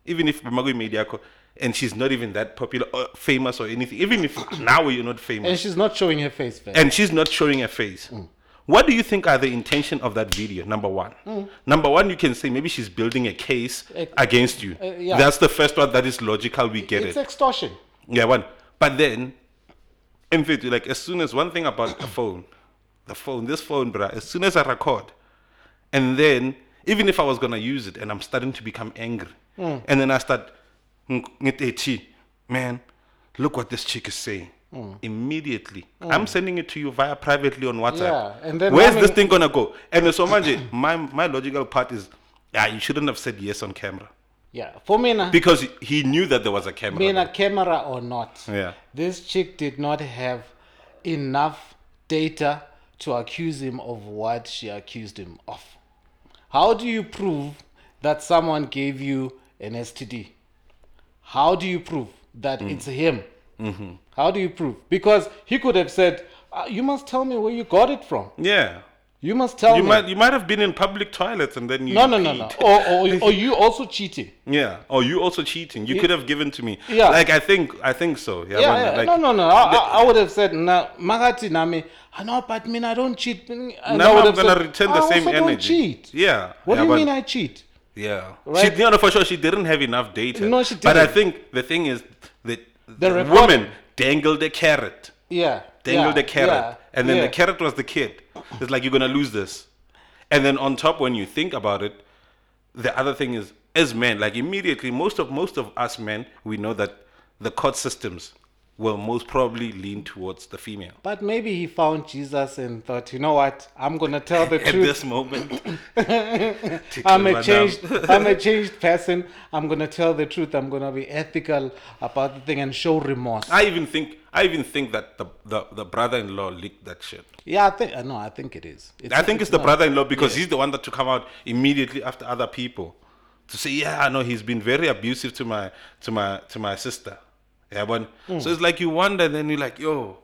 Speaker 2: even if Magui Mediaco. And she's not even that popular or famous or anything. Even if now you're not famous
Speaker 1: And she's not showing her face. Back.
Speaker 2: and she's not showing her face.
Speaker 1: Mm.
Speaker 2: What do you think are the intention of that video? Number one.
Speaker 1: Mm.
Speaker 2: Number one, you can say maybe she's building a case
Speaker 1: Ex-
Speaker 2: against you.
Speaker 1: uh, yeah.
Speaker 2: That's the first one. That is logical. We get
Speaker 1: It's
Speaker 2: it.
Speaker 1: extortion.
Speaker 2: yeah, one. But then, in fact, like as soon as one thing about the phone, the phone, this phone, bruh, as soon as I record, and then even if I was gonna use it, and I'm starting to become angry,
Speaker 1: Hmm.
Speaker 2: and then I start, "Mm, ngithe, man, look what this chick is saying.
Speaker 1: Hmm.
Speaker 2: Immediately, I'm sending it to you via privately on WhatsApp.
Speaker 1: Yeah, and then
Speaker 2: where's
Speaker 1: having-
Speaker 2: this thing gonna go? And so, Manje, my my logical part is, yeah, you shouldn't have said yes on camera
Speaker 1: Yeah. For me, na,
Speaker 2: because he knew that there was a camera.
Speaker 1: being a camera or not.
Speaker 2: Yeah.
Speaker 1: This chick did not have enough data to accuse him of what she accused him of. How do you prove that someone gave you an STD? How do you prove that
Speaker 2: Mm.
Speaker 1: it's him?
Speaker 2: Mm-hmm.
Speaker 1: How do you prove? Because he could have said, uh, You must tell me where you got it from.
Speaker 2: yeah.
Speaker 1: You must tell
Speaker 2: You
Speaker 1: me.
Speaker 2: might you might have been in public toilets and then you
Speaker 1: no, no, no, no.
Speaker 2: peed.
Speaker 1: Or, or, or you also cheating.
Speaker 2: Yeah. Oh, you also cheating. You could have given to me.
Speaker 1: Yeah.
Speaker 2: Like I think I think so. Yeah.
Speaker 1: Yeah,
Speaker 2: one-
Speaker 1: yeah.
Speaker 2: like,
Speaker 1: no, no, no. I, I, I would have said, nah, Magati Nami, I know, "Ah, but mean, I don't cheat. And I
Speaker 2: Now
Speaker 1: would
Speaker 2: I'm
Speaker 1: have
Speaker 2: gonna
Speaker 1: said,
Speaker 2: return
Speaker 1: I
Speaker 2: the
Speaker 1: also
Speaker 2: same
Speaker 1: don't
Speaker 2: energy.
Speaker 1: cheat.
Speaker 2: Yeah.
Speaker 1: What
Speaker 2: yeah,
Speaker 1: do you
Speaker 2: but-
Speaker 1: mean I cheat?
Speaker 2: Yeah.
Speaker 1: Right?
Speaker 2: She, no, no, for sure, she didn't have enough data.
Speaker 1: No, she
Speaker 2: But I
Speaker 1: didn't.
Speaker 2: think the thing is that the,
Speaker 1: recording.
Speaker 2: woman dangled a carrot,
Speaker 1: Yeah.
Speaker 2: dangled
Speaker 1: yeah,
Speaker 2: a carrot,
Speaker 1: yeah,
Speaker 2: and then
Speaker 1: yeah.
Speaker 2: the carrot was the kid. It's like you're gonna lose this, and then on top, when you think about it, the other thing is, as men, like immediately, most of most of us men, we know that the court systems will most probably lean towards the female.
Speaker 1: But maybe he found Jesus and thought, you know what? I'm gonna tell the
Speaker 2: At
Speaker 1: truth.
Speaker 2: this moment,
Speaker 1: I'm a
Speaker 2: Madam.
Speaker 1: changed. I'm a changed person. I'm gonna tell the truth. I'm gonna be ethical about the thing and show remorse.
Speaker 2: I even think I even think that the the, the brother-in-law leaked that shit.
Speaker 1: Yeah, I think. uh, No, I think it is. It's,
Speaker 2: I think it's the brother-in-law because he's the one that to come out immediately after other people to say, yeah, I know he's been very abusive to my to my to my sister. Yeah, but so it's like you wonder, then you're like, yo,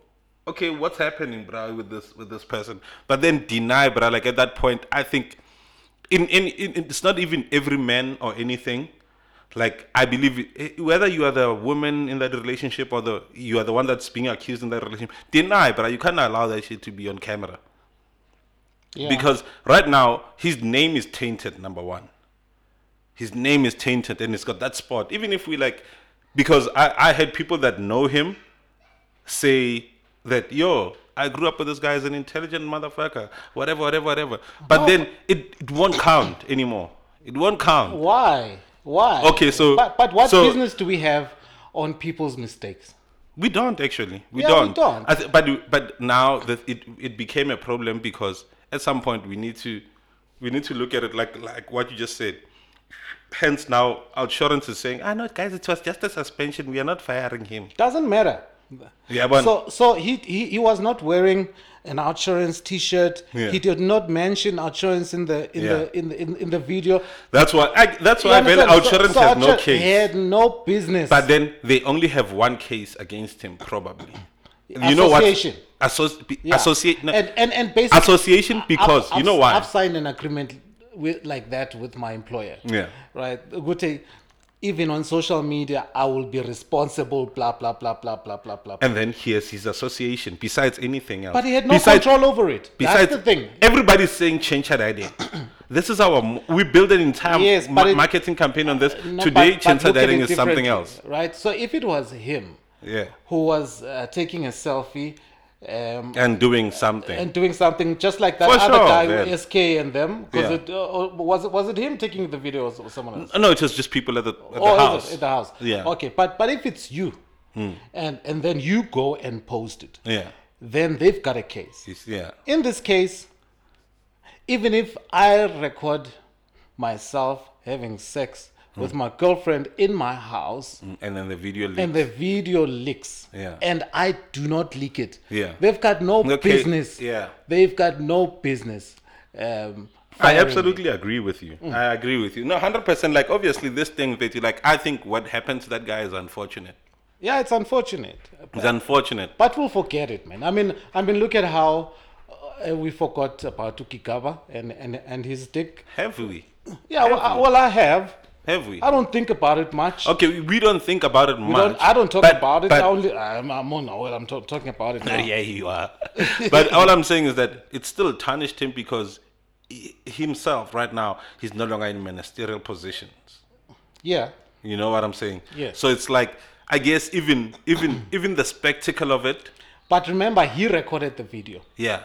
Speaker 2: okay, what's happening, bro, with this with this person? But then deny, bro. Like at that point, I think in in, in in- it's not even every man or anything. Like I believe, eh, whether you are the woman in that relationship or the you are the one that's being accused in that relationship, deny, bro. You can't allow that shit to be on camera.
Speaker 1: yeah.
Speaker 2: Because right now his name is tainted. Number one, his name is tainted, and it's got that spot. Even if we like, because I I had people that know him say that yo, I grew up with this guy as an intelligent motherfucker, whatever, whatever, whatever. But then it, it won't count anymore. It won't count.
Speaker 1: why? Why?
Speaker 2: Okay, so-
Speaker 1: But, but what
Speaker 2: so-
Speaker 1: business do we have on people's mistakes?
Speaker 2: We don't actually. We
Speaker 1: Yeah, we
Speaker 2: don't.
Speaker 1: don't.
Speaker 2: I th- but but now that it it became a problem because at some point we need to we need to look at it like like what you just said. Hence now our insurance is saying, I know guys, it was just a suspension. We are not firing him.
Speaker 1: Doesn't matter.
Speaker 2: Yeah, but
Speaker 1: So, so he, he he was not wearing an outsurance T-shirt.
Speaker 2: Yeah.
Speaker 1: He did not mention outsurance in the in the
Speaker 2: Yeah.
Speaker 1: in the in, in the video.
Speaker 2: that's why I, that's
Speaker 1: You
Speaker 2: why then our
Speaker 1: understand? So-
Speaker 2: insurance
Speaker 1: so
Speaker 2: has no
Speaker 1: Outsurance
Speaker 2: case.
Speaker 1: Had no business.
Speaker 2: But then they only have one case against him, probably. You know what?
Speaker 1: Association.
Speaker 2: Associ-
Speaker 1: Yeah.
Speaker 2: associate, no,
Speaker 1: and and and basically
Speaker 2: association because
Speaker 1: I've,
Speaker 2: you know
Speaker 1: I've,
Speaker 2: why?
Speaker 1: I've signed an agreement with like that with my employer.
Speaker 2: Yeah.
Speaker 1: Right. Gute, even on social media, I will be responsible. Blah blah blah blah blah blah blah.
Speaker 2: and then here's his association. Besides anything else,
Speaker 1: But he had no
Speaker 2: Besides-
Speaker 1: control over it.
Speaker 2: Besides,
Speaker 1: That's the thing.
Speaker 2: everybody's saying change Chadide. this is our m- we build an entire
Speaker 1: Yes,
Speaker 2: ma-
Speaker 1: but it- Uh,
Speaker 2: marketing campaign on this.
Speaker 1: No,
Speaker 2: Today,
Speaker 1: but-
Speaker 2: change
Speaker 1: but look at
Speaker 2: Chadide
Speaker 1: it
Speaker 2: is something
Speaker 1: differently,
Speaker 2: else.
Speaker 1: Right. So if it was him
Speaker 2: Yeah,
Speaker 1: who was uh, taking a selfie. Um,
Speaker 2: and doing something.
Speaker 1: and doing something just like that
Speaker 2: For
Speaker 1: other
Speaker 2: sure,
Speaker 1: guy,
Speaker 2: man.
Speaker 1: with SK and them, because
Speaker 2: Yeah.
Speaker 1: it uh, or was it was it him taking the video or someone else?
Speaker 2: Uh, no, it was just people at the, at the
Speaker 1: Or is Oh, it
Speaker 2: house.
Speaker 1: at the house.
Speaker 2: Yeah. Hmm.
Speaker 1: Okay, but but if it's you, and and then you go and post it,
Speaker 2: Yeah,
Speaker 1: then they've got a case.
Speaker 2: It's- yeah,
Speaker 1: In this case, even if I record myself having sex
Speaker 2: Hmm.
Speaker 1: with my girlfriend in my house
Speaker 2: Mm, and then the video leaked.
Speaker 1: and the video leaks,
Speaker 2: Yeah.
Speaker 1: and I do not leak it,
Speaker 2: Yeah.
Speaker 1: they've got no
Speaker 2: Okay,
Speaker 1: business.
Speaker 2: yeah.
Speaker 1: They've got no business. Um,
Speaker 2: I
Speaker 1: firing Mm. me.
Speaker 2: absolutely agree with you. I agree with you. No, hundred percent. Like obviously, this thing that you like, I think what happened to that guy is unfortunate.
Speaker 1: Yeah, it's unfortunate.
Speaker 2: It's unfortunate.
Speaker 1: But we'll forget it, man. I mean, I mean, look at how uh, we forgot about Tukikaba and, and, and his dick.
Speaker 2: Have we?
Speaker 1: Yeah, well I, well, I have.
Speaker 2: Have we?
Speaker 1: I don't think about it much.
Speaker 2: Okay, we- we don't think about it
Speaker 1: We
Speaker 2: much.
Speaker 1: don't, I don't talk
Speaker 2: but-
Speaker 1: about it.
Speaker 2: but-
Speaker 1: I only, I'm, I'm on, well, I'm to- talking about it now.
Speaker 2: yeah, you are. uh. but all I'm saying is that it still tarnished him because he, himself, right now, he's no longer in ministerial positions.
Speaker 1: Yeah.
Speaker 2: You know what I'm saying?
Speaker 1: Yeah.
Speaker 2: So it's like, I guess even even even the spectacle of it.
Speaker 1: But remember, he recorded the video.
Speaker 2: Yeah.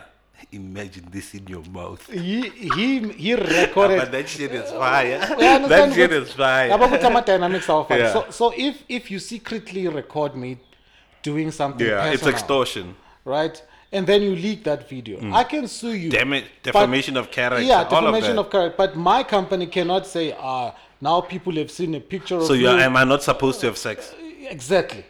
Speaker 2: Imagine this in your mouth.
Speaker 1: He he he
Speaker 2: But
Speaker 1: recorded.
Speaker 2: that shit is fire.
Speaker 1: We understand
Speaker 2: that shit
Speaker 1: what-
Speaker 2: is fire.
Speaker 1: Yabo kuthi ama dynamics are fine.
Speaker 2: Yeah.
Speaker 1: So so if if you secretly record me doing something
Speaker 2: yeah, it's
Speaker 1: personal,
Speaker 2: extortion.
Speaker 1: right? And then you leak that video. I can sue you.
Speaker 2: Mm. Damn it, defamation of character.
Speaker 1: Yeah,
Speaker 2: all of
Speaker 1: defamation
Speaker 2: that.
Speaker 1: of, character. But my company cannot say, ah, now people have seen a picture
Speaker 2: So
Speaker 1: of you.
Speaker 2: you are, am I not supposed to have sex?
Speaker 1: exactly.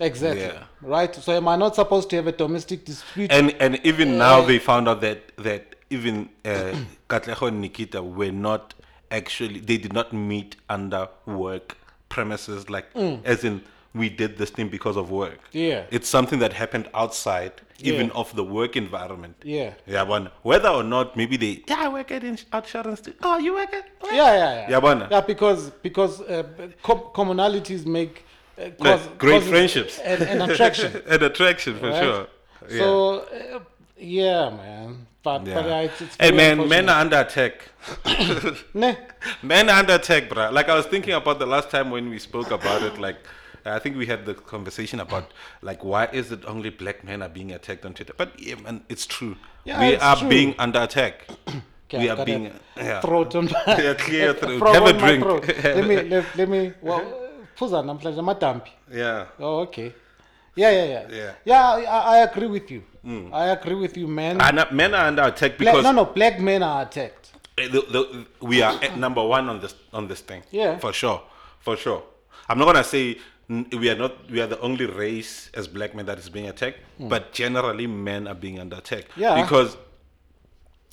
Speaker 1: Exactly.
Speaker 2: Yeah.
Speaker 1: Right? So am I not supposed to have a domestic dispute?
Speaker 2: and and even now they found out that that even uh, Katleho and Nikita were not actually they did not meet under work premises like as in we did this thing because of work.
Speaker 1: Mm. Yeah.
Speaker 2: It's something that happened outside, even
Speaker 1: Yeah.
Speaker 2: of the work environment.
Speaker 1: Yeah.
Speaker 2: Yeah, but whether or not, maybe they, yeah, I work at ins- insurance. too. Oh, you work at?
Speaker 1: Yeah, yeah, yeah.
Speaker 2: Yeah, bona.
Speaker 1: Yeah, because because uh, com- commonalities make uh,
Speaker 2: Like,
Speaker 1: cause-
Speaker 2: great
Speaker 1: causes
Speaker 2: friendships.
Speaker 1: an, an attraction.
Speaker 2: an attraction, for
Speaker 1: right?
Speaker 2: sure. Yeah.
Speaker 1: So uh, yeah, man. But
Speaker 2: yeah.
Speaker 1: but yeah, it's, it's
Speaker 2: hey,
Speaker 1: very
Speaker 2: man, men
Speaker 1: unfortunate.
Speaker 2: are under attack.
Speaker 1: Nah.
Speaker 2: Men are under attack, bruh. Like I was thinking about the last time when we spoke about it, like I think we had the conversation about like why is it only black men are being attacked on Twitter? But yeah, man, it's true.
Speaker 1: Yeah,
Speaker 2: we
Speaker 1: it's
Speaker 2: are
Speaker 1: true.
Speaker 2: being under attack.
Speaker 1: Okay,
Speaker 2: we
Speaker 1: I've
Speaker 2: are
Speaker 1: got
Speaker 2: being
Speaker 1: a
Speaker 2: yeah.
Speaker 1: throat on
Speaker 2: Yeah, clear your throat.
Speaker 1: frog
Speaker 2: Have a
Speaker 1: on my
Speaker 2: drink.
Speaker 1: throat. let me let, let me well phuza namhlanje amadambi
Speaker 2: yeah.
Speaker 1: oh okay yeah yeah yeah
Speaker 2: Yeah. Mm.
Speaker 1: yeah i, I agree with you i agree with you man
Speaker 2: And uh, men are under
Speaker 1: Black-
Speaker 2: attack because
Speaker 1: no no black men are attacked
Speaker 2: the, the, we are at number one on this on this thing.
Speaker 1: Yeah.
Speaker 2: for sure, for sure. I'm not gonna say n- we are not we are the only race as black men that is being attacked,
Speaker 1: Hmm.
Speaker 2: but generally men are being under attack.
Speaker 1: Yeah.
Speaker 2: because.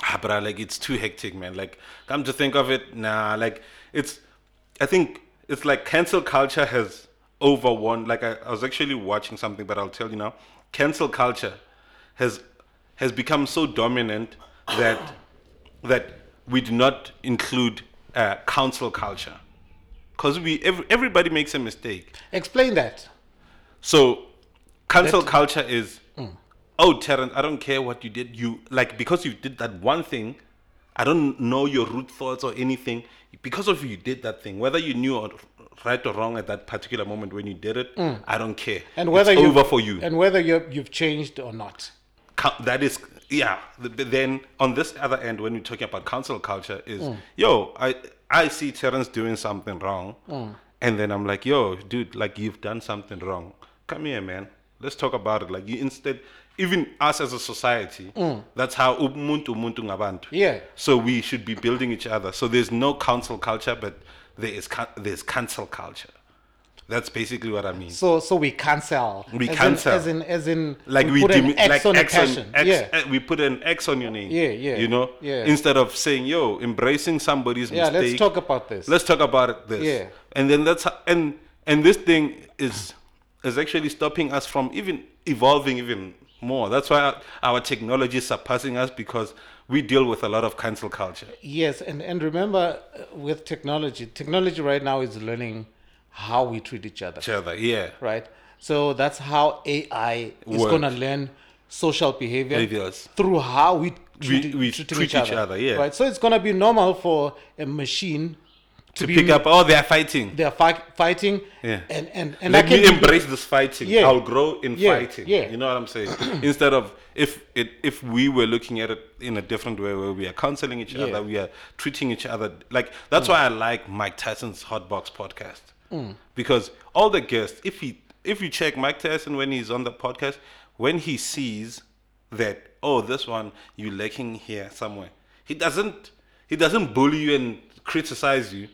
Speaker 2: Ah, but I, like it's too hectic, man. Like, come to think of it, nah. Like, it's, I think it's like cancel culture has overwon. Like, I, I was actually watching something, but I'll tell you now. Cancel culture has has become so dominant that that we do not include uh, council culture because we every, everybody makes a mistake.
Speaker 1: explain that
Speaker 2: So, cancel culture is,
Speaker 1: Mm.
Speaker 2: oh, Terrence, I don't care what you did. You like because you did that one thing. I don't know your root thoughts or anything. Because of you did that thing, whether you knew or right or wrong at that particular moment when you did it, I don't care.
Speaker 1: Mm. and whether
Speaker 2: it's
Speaker 1: you
Speaker 2: over for you,
Speaker 1: and whether you you've changed or not
Speaker 2: Cou- that is yeah the, but then on this other end when you're talking about council culture is yo i i see terrence doing something wrong and then i'm like yo dude like you've done something wrong come here man let's talk about it like you instead even us as a society that's how umuntu umuntu ngabantu
Speaker 1: Yeah.
Speaker 2: so we should be building each other so there's no council culture but there is cou- there's cancel culture that's basically what i mean
Speaker 1: so so we cancel
Speaker 2: We
Speaker 1: As in-
Speaker 2: cancel.
Speaker 1: as in as in
Speaker 2: like we,
Speaker 1: put an
Speaker 2: demi-
Speaker 1: X
Speaker 2: like
Speaker 1: on a
Speaker 2: X on-
Speaker 1: passion.
Speaker 2: X-
Speaker 1: yeah
Speaker 2: eh, we put an X on your name.
Speaker 1: Yeah, yeah,
Speaker 2: You know,
Speaker 1: yeah.
Speaker 2: Instead of saying, "Yo, embracing somebody's
Speaker 1: yeah
Speaker 2: mistake."
Speaker 1: let's talk about this
Speaker 2: Let's talk about it, this.
Speaker 1: Yeah.
Speaker 2: And then that's ho- and and this thing is is actually stopping us from even evolving even more. That's why our, our technology is surpassing us because we deal with a lot of cancel culture.
Speaker 1: Yes, and, and remember uh, with technology, technology right now is learning how we treat each other,
Speaker 2: Each other, yeah.
Speaker 1: right? So that's how AI is
Speaker 2: Works.
Speaker 1: going to learn social behavior
Speaker 2: Behaviors.
Speaker 1: through how we treat,
Speaker 2: we
Speaker 1: treating
Speaker 2: treat
Speaker 1: each, other,
Speaker 2: each other, yeah.
Speaker 1: Right. So it's going to be normal for a machine
Speaker 2: To pick up, oh, they are fighting.
Speaker 1: They're fi- fighting,
Speaker 2: Yeah.
Speaker 1: and and and I
Speaker 2: Let
Speaker 1: can
Speaker 2: me
Speaker 1: be-
Speaker 2: embrace this fighting.
Speaker 1: Yeah.
Speaker 2: I'll grow in
Speaker 1: Yeah,
Speaker 2: fighting.
Speaker 1: yeah.
Speaker 2: You know what I'm saying? Instead of if it if we were looking at it in a different way where we are counseling each
Speaker 1: Yeah.
Speaker 2: other, we are treating each other like that's why I like Mike Tyson's Hot Box podcast. Because all the guests, if he if you check Mike Tyson when he's on the podcast, when he sees that, oh, this one you lacking here somewhere. He doesn't he doesn't bully you and criticize you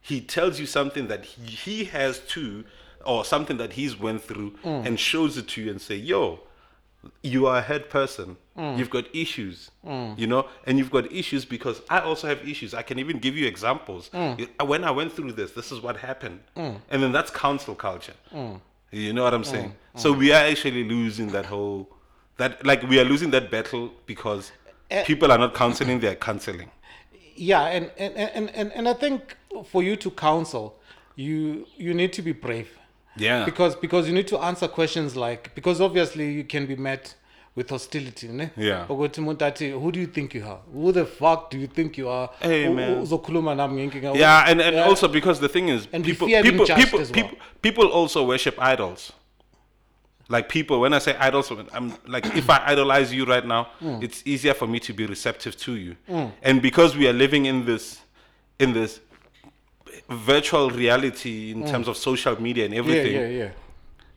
Speaker 2: he tells you something that he, he has too or something that he's went through and shows it to you and say yo you are a head person you've got issues you know and you've got issues because i also have issues i can even give you examples You- uh, when i went through this this is what happened and then that's council culture you know what i'm saying so we are actually losing that whole that like we are losing that battle because people are not counseling they're counseling
Speaker 1: yeah and and, and and and i think for you to counsel you you need to be brave
Speaker 2: Yeah.
Speaker 1: because because you need to answer questions like because obviously you can be met with hostility ne?
Speaker 2: Yeah.
Speaker 1: ukuthi umuntu athi who do you think you are who the fuck do you think you are
Speaker 2: Hey,
Speaker 1: U-
Speaker 2: man.
Speaker 1: u- uzokhuluma nami ngenkinga
Speaker 2: Yeah, and, and
Speaker 1: Yeah.
Speaker 2: also because the thing is,
Speaker 1: And we
Speaker 2: people,
Speaker 1: fear being
Speaker 2: people,
Speaker 1: judged
Speaker 2: people,
Speaker 1: as well.
Speaker 2: people, people also worship idols. Like people, when I say idols, when I'm like, if I idolize you right now,
Speaker 1: Hmm.
Speaker 2: it's easier for me to be receptive to you. And because we are living in this, in this virtual reality in terms of social media and
Speaker 1: Hmm. yeah
Speaker 2: everything,
Speaker 1: yeah yeah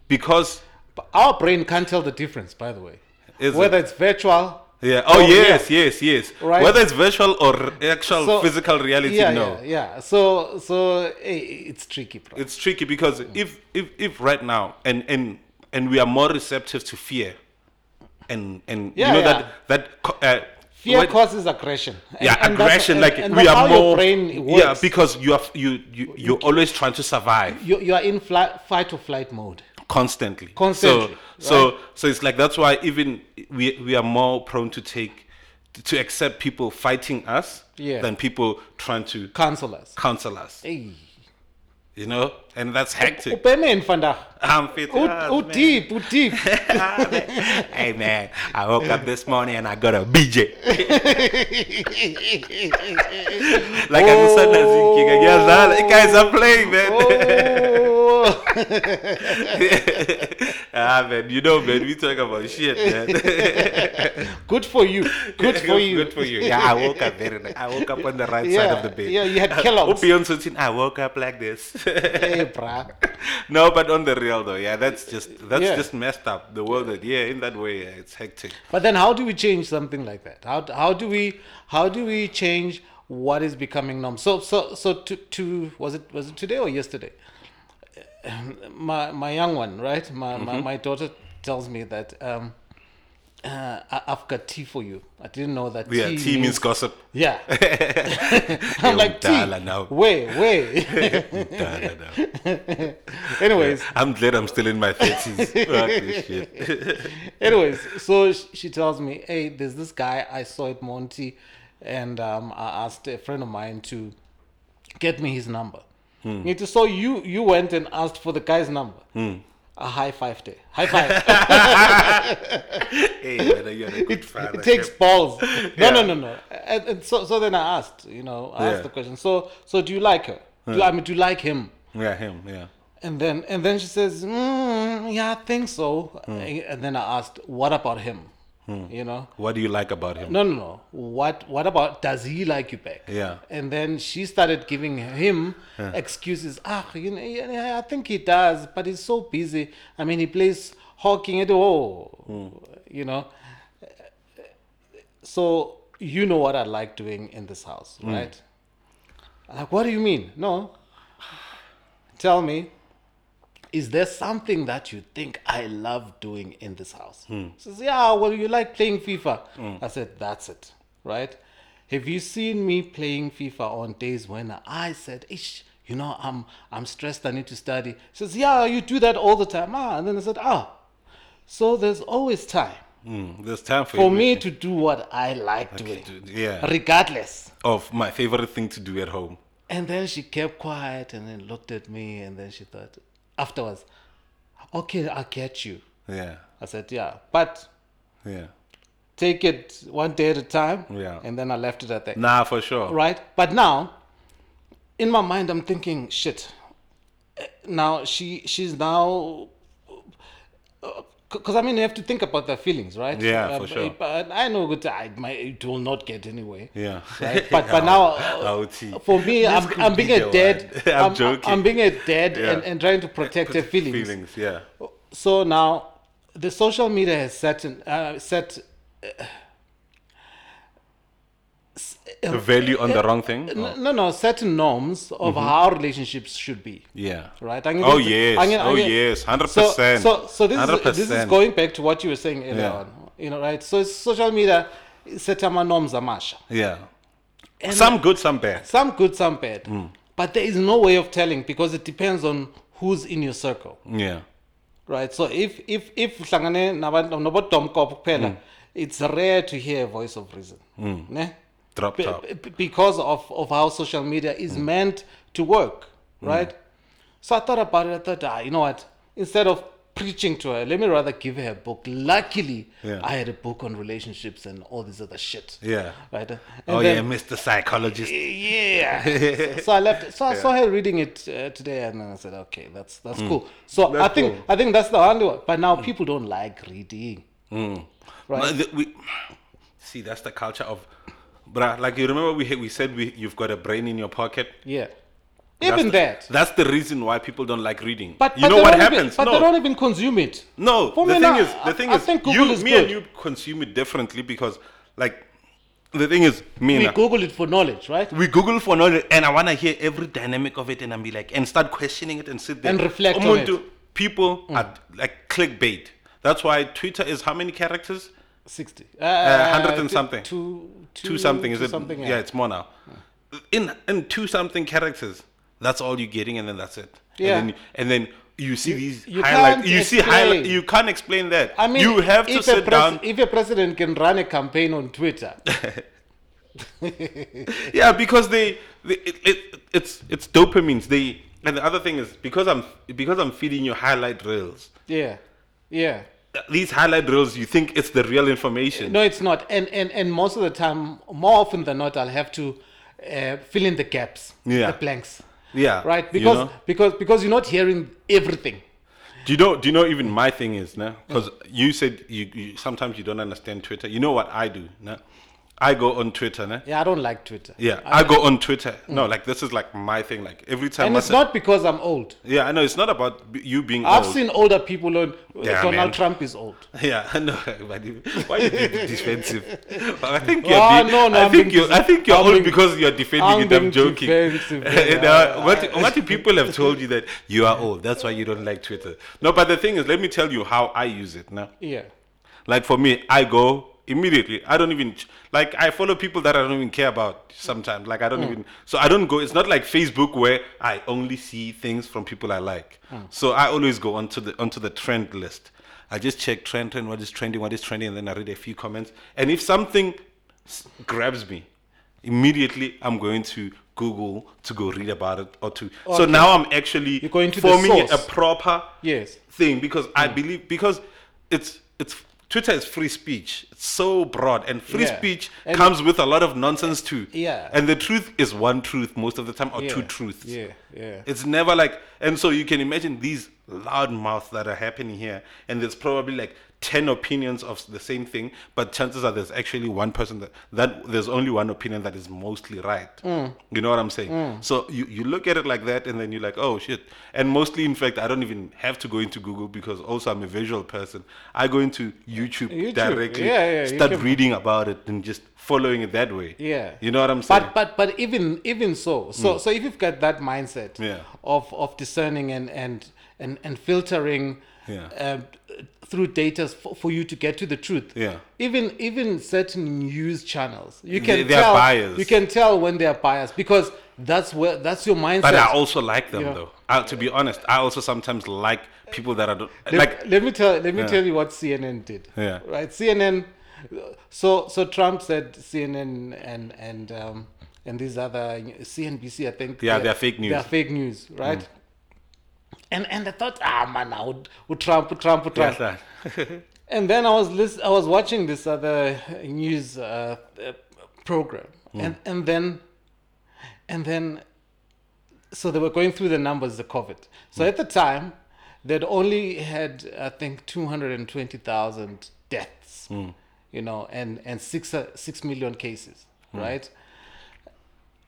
Speaker 2: because
Speaker 1: but our brain can't tell the difference by the way
Speaker 2: Is it?
Speaker 1: whether it's virtual
Speaker 2: yeah, oh,
Speaker 1: Oh,
Speaker 2: yes, yes, yes,
Speaker 1: Right.
Speaker 2: Whether it's virtual or actual
Speaker 1: So-
Speaker 2: physical reality,
Speaker 1: yeah
Speaker 2: no.
Speaker 1: yeah yeah so so eh, it's tricky bro.
Speaker 2: it's tricky because
Speaker 1: Mm.
Speaker 2: if if if right now and and and we are more receptive to fear and and
Speaker 1: Yeah,
Speaker 2: you know
Speaker 1: yeah.
Speaker 2: that that co- uh,
Speaker 1: Fear
Speaker 2: What-
Speaker 1: causes aggression. And-
Speaker 2: yeah,
Speaker 1: and that's-
Speaker 2: aggression.
Speaker 1: and-
Speaker 2: like
Speaker 1: and
Speaker 2: we
Speaker 1: that's
Speaker 2: are
Speaker 1: how your
Speaker 2: more.
Speaker 1: brain
Speaker 2: yeah,
Speaker 1: works.
Speaker 2: because you are you you you're always trying to survive
Speaker 1: you, you are in fly, fight or flight mode.
Speaker 2: constantly.
Speaker 1: Constantly,
Speaker 2: So so so it's like that's why even we we are more prone to take to accept people fighting us
Speaker 1: Yeah.
Speaker 2: than people trying to
Speaker 1: Counselors.
Speaker 2: counsel us.
Speaker 1: Hey.
Speaker 2: You know, and that's hectic.
Speaker 1: Upeme in vandaag.
Speaker 2: I'm fit.
Speaker 1: Ut- ut diep, ut diep.
Speaker 2: hey man, I woke up this morning and I got a BJ. like I'm sudden as you kick yes, that guys are playing, man.
Speaker 1: Oh.
Speaker 2: ah man, you know man, we talk about shit, man.
Speaker 1: Good for you. Good for you.
Speaker 2: Good for you. Yeah, I woke up very nice. I woke up on the right side of the bed.
Speaker 1: Yeah, you had Kellogg's.
Speaker 2: Opion Sutin, I woke up like this.
Speaker 1: hey, bruh.
Speaker 2: no, but on the real though, yeah, that's just that's
Speaker 1: Yeah.
Speaker 2: just messed up. The world that yeah, in that way, yeah, it's hectic.
Speaker 1: But then, how do we change something like that? How, how do we how do we change what is becoming norm? So so so to, to was it was it today or yesterday? My my young one, right? My
Speaker 2: Mm-hmm.
Speaker 1: my, my daughter tells me that um, uh, I, I've got tea for you. I didn't know that.
Speaker 2: Yeah, tea means gossip.
Speaker 1: Yeah,
Speaker 2: I'm
Speaker 1: I'm like tea.
Speaker 2: now.
Speaker 1: Where where?
Speaker 2: Udala now.
Speaker 1: Anyways,
Speaker 2: I'm glad I'm still in my thirties. shit.
Speaker 1: Anyways, so sh- she tells me, "Hey, there's this guy I saw at Monty, and um, I asked a friend of mine to get me his number."
Speaker 2: Hmm.
Speaker 1: Ngithi, So you you went and asked for the guy's number. A high five day. High five.
Speaker 2: hey, man, you're a good father.
Speaker 1: it takes balls. No, no,
Speaker 2: Yeah.
Speaker 1: no, no. And, and so so then I asked, you know, I asked
Speaker 2: Yeah. Hmm.
Speaker 1: the question. So so do you like her? Do, I mean, do you like him?
Speaker 2: Yeah, him. Yeah.
Speaker 1: And then and then she says, mm, "Yeah, I think so." And then I asked, "What about him?" You know.
Speaker 2: What do you like about him?
Speaker 1: no no no what what about does he like you back
Speaker 2: Yeah.
Speaker 1: and then she started giving him excuses ah you know yeah, yeah, i think he does but he's so busy i mean he plays hockey at all you know so you know what i like doing in this house right like what do you mean no tell me is there something that you think I love doing in this house? She says, Yeah, well, you like playing FIFA. I said, That's it, right? Have you seen me playing FIFA on days when I said, Ish, you know, I'm I'm stressed, I need to study. She says, Yeah, you do that all the time. Ah, and then I said, Ah, so there's always time
Speaker 2: Mm, there's time for,
Speaker 1: for
Speaker 2: you,
Speaker 1: me to do what I like doing,
Speaker 2: to- yeah.
Speaker 1: regardless.
Speaker 2: Of my favorite thing to do at home.
Speaker 1: And then she kept quiet and then looked at me and then she thought afterwards, Okay, I get you.
Speaker 2: Yeah.
Speaker 1: I said, yeah, but
Speaker 2: Yeah.
Speaker 1: take it one day at a time.
Speaker 2: Yeah.
Speaker 1: And then I left it at that.
Speaker 2: Nah, for sure.
Speaker 1: Right? But now, in my mind, I'm thinking, shit. eh, Now she she's now, because I mean you have to think about their feelings, right? Uh,
Speaker 2: Yeah, for
Speaker 1: but-
Speaker 2: sure.
Speaker 1: But I know that I my, it will not get anyway.
Speaker 2: Yeah.
Speaker 1: Right? But but now
Speaker 2: I'll-
Speaker 1: uh,
Speaker 2: I'll see.
Speaker 1: for me, I'm,
Speaker 2: could
Speaker 1: I'm
Speaker 2: be
Speaker 1: being a
Speaker 2: the
Speaker 1: dad.
Speaker 2: one. I'm joking.
Speaker 1: I'm being a dad
Speaker 2: Yeah.
Speaker 1: and, and trying to protect her feelings.
Speaker 2: Feelings. Yeah.
Speaker 1: So now, the social media has set an, uh, set
Speaker 2: The value on the wrong thing.
Speaker 1: n-
Speaker 2: Oh,
Speaker 1: no no certain norms of how relationships should be,
Speaker 2: Yeah.
Speaker 1: right? I mean,
Speaker 2: Oh
Speaker 1: it's-
Speaker 2: yes.
Speaker 1: I mean- I
Speaker 2: oh
Speaker 1: mean-
Speaker 2: yes. Hundred
Speaker 1: So
Speaker 2: percent.
Speaker 1: so so this is this is going back to what you were saying earlier
Speaker 2: Yeah.
Speaker 1: on, you know, right? So it's social media set ama norms amasha,
Speaker 2: Yeah.
Speaker 1: And-
Speaker 2: Some good, some bad.
Speaker 1: some good, some bad,
Speaker 2: Mm.
Speaker 1: but there is no way of telling because it depends on who's in your circle.
Speaker 2: Yeah.
Speaker 1: right so if if if uhlangane nabantu nobodomkopho
Speaker 2: Mm.
Speaker 1: kuphela it's rare to hear a voice of reason ne
Speaker 2: Drop
Speaker 1: Be-
Speaker 2: top. Mm.
Speaker 1: be- because of of how social media is meant to work right so i thought about it i thought ah you know what instead of preaching to her let me rather give her a book luckily
Speaker 2: Yeah.
Speaker 1: i had a book on relationships and all this other shit
Speaker 2: Yeah.
Speaker 1: right and
Speaker 2: oh
Speaker 1: then-
Speaker 2: yeah, Mr. Psychologist.
Speaker 1: yeah. so I left. So I saw her reading it uh, today, and then I said, "Okay, that's that's cool." So I
Speaker 2: Mm. That's
Speaker 1: think
Speaker 2: cool. Mm.
Speaker 1: I think that's the only one. But now people don't like reading. Right.
Speaker 2: No, th- we, see, that's the culture of, bruh. Like you remember, we we said we you've got a brain in your pocket.
Speaker 1: Yeah,
Speaker 2: That's
Speaker 1: even
Speaker 2: the-
Speaker 1: that.
Speaker 2: That's the reason why people don't like reading.
Speaker 1: But
Speaker 2: you
Speaker 1: but
Speaker 2: know
Speaker 1: they
Speaker 2: what
Speaker 1: don't even-
Speaker 2: happens?
Speaker 1: but
Speaker 2: no,
Speaker 1: they don't even consume it.
Speaker 2: no.
Speaker 1: For
Speaker 2: the
Speaker 1: me
Speaker 2: thing
Speaker 1: now,
Speaker 2: is,
Speaker 1: I-
Speaker 2: the thing
Speaker 1: I
Speaker 2: is,
Speaker 1: think
Speaker 2: you,
Speaker 1: Google is
Speaker 2: me and
Speaker 1: good.
Speaker 2: you consume it differently because, like, the thing is, me
Speaker 1: We
Speaker 2: and I-
Speaker 1: Google it for knowledge, right?
Speaker 2: we Google for knowledge, and I wanna hear every dynamic of it, and I'm be like, and start questioning it, and sit there
Speaker 1: And reflect on
Speaker 2: Umuntu,
Speaker 1: it. Mm.
Speaker 2: People are like clickbait. That's why Twitter is how many characters?
Speaker 1: 60.
Speaker 2: Uh, 100 and
Speaker 1: t-
Speaker 2: something.
Speaker 1: Two, two,
Speaker 2: two something is
Speaker 1: two
Speaker 2: it?
Speaker 1: Something,
Speaker 2: yeah. it's more now. In in two something characters, that's all you're getting, and then that's it.
Speaker 1: Yeah.
Speaker 2: And then, and then you see these
Speaker 1: you
Speaker 2: highlights.
Speaker 1: can't
Speaker 2: You see
Speaker 1: explain.
Speaker 2: highlight. You can't explain that.
Speaker 1: I mean,
Speaker 2: you have to
Speaker 1: if a
Speaker 2: sit
Speaker 1: pres-
Speaker 2: down.
Speaker 1: If a president can run a campaign on Twitter,
Speaker 2: Yeah, because they, they it, it, it's it's dopamines. They and the other thing is because I'm because I'm feeding you highlight reels.
Speaker 1: yeah, yeah.
Speaker 2: These highlight reels, you think it's the real information.
Speaker 1: No, it's not. And, and, and most of the time, more often than not, I'll have to uh, fill in the gaps,
Speaker 2: Yeah.
Speaker 1: the blanks.
Speaker 2: Yeah,
Speaker 1: Right?
Speaker 2: you
Speaker 1: Because,
Speaker 2: know?
Speaker 1: because, because you're not hearing everything.
Speaker 2: Do you know? Do you know? Even my thing is now because you said you, you sometimes you don't understand Twitter. You know what I do? No, I go on Twitter. No?
Speaker 1: Yeah, I don't like Twitter.
Speaker 2: Yeah, I, go on Twitter. No, like this is like my thing. Like every time.
Speaker 1: And
Speaker 2: I
Speaker 1: it's
Speaker 2: say-
Speaker 1: not because I'm old.
Speaker 2: yeah, I know it's not about b- you being
Speaker 1: I've
Speaker 2: old.
Speaker 1: seen older people on
Speaker 2: Yeah,
Speaker 1: Donald
Speaker 2: man.
Speaker 1: Trump is old.
Speaker 2: Yeah, I know. Why do you- why are you being defensive? I think you're.
Speaker 1: Ah,
Speaker 2: being-
Speaker 1: no, no,
Speaker 2: I
Speaker 1: I'm
Speaker 2: think
Speaker 1: being
Speaker 2: you. I think you're
Speaker 1: I'm
Speaker 2: old
Speaker 1: being-
Speaker 2: because you're defending
Speaker 1: I'm
Speaker 2: it. I'm
Speaker 1: being
Speaker 2: joking.
Speaker 1: defensive,
Speaker 2: And,
Speaker 1: yeah,
Speaker 2: uh, what what do people have told you that you are old? That's why you don't like Twitter. No, but the thing is, let me tell you how I use it now.
Speaker 1: Yeah.
Speaker 2: Like for me, I go immediately. I don't even like I follow people that I don't even care about sometimes. Like I don't
Speaker 1: Hmm.
Speaker 2: even so I don't go. It's not like Facebook where I only see things from people I like.
Speaker 1: Hmm.
Speaker 2: So I always go onto the onto the trend list. I just check trend trend what is trending, what is trending, and then I read a few comments. And if something s- grabs me, immediately I'm going to Google to go read about it or to. So now I'm actually
Speaker 1: You're going to the
Speaker 2: forming a
Speaker 1: source.
Speaker 2: proper
Speaker 1: Yes.
Speaker 2: thing because I
Speaker 1: Hmm.
Speaker 2: believe because it's it's Twitter is free speech. It's so broad and free
Speaker 1: Yeah.
Speaker 2: speech
Speaker 1: And-
Speaker 2: comes with a lot of nonsense too.
Speaker 1: Yeah.
Speaker 2: And the truth is one truth most of the time or two
Speaker 1: Yeah.
Speaker 2: truths.
Speaker 1: Yeah, yeah.
Speaker 2: It's never like and so you can imagine these loud mouths that are happening here and there's probably like 10 opinions of the same thing but chances are there's actually one person that, that there's only one opinion that is mostly right
Speaker 1: Mm.
Speaker 2: you know what i'm saying so you, you look at it like that and then you're like oh shit and mostly in fact i don't even have to go into google because also i'm a visual person i go into youtube,
Speaker 1: YouTube,
Speaker 2: directly
Speaker 1: yeah, yeah,
Speaker 2: start
Speaker 1: YouTube.
Speaker 2: reading about it and just following it that way
Speaker 1: Yeah.
Speaker 2: you know what i'm saying Hmm.
Speaker 1: But but but even even so, so so if you've got that mindset
Speaker 2: Yeah.
Speaker 1: of of discerning and and and, and filtering
Speaker 2: Yeah.
Speaker 1: um, through data for, for you to get to the truth.
Speaker 2: Yeah.
Speaker 1: Even even certain news channels, you can
Speaker 2: They- they are
Speaker 1: tell
Speaker 2: biased.
Speaker 1: you can tell when they are biased because that's where that's your mindset.
Speaker 2: But I also like them
Speaker 1: Yeah.
Speaker 2: though. I, to be honest, I also sometimes like people that I don't like.
Speaker 1: let, let me tell let me tell you what CNN did.
Speaker 2: Yeah.
Speaker 1: Right. CNN. So so Trump said CNN and and um, and these other CNBC I think.
Speaker 2: Yeah, they're fake news. Mm.
Speaker 1: They're fake news, right? And and I thought, ah man, I would, would Trump, would Trump, would Trump.
Speaker 2: Yes, I-
Speaker 1: And then I was list- I was watching this other news uh, uh, program, and and then, and then, so they were going through the numbers, the COVID. So at the time, they'd only had I think two hundred and twenty thousand deaths, you know, and and six uh, six million cases, right?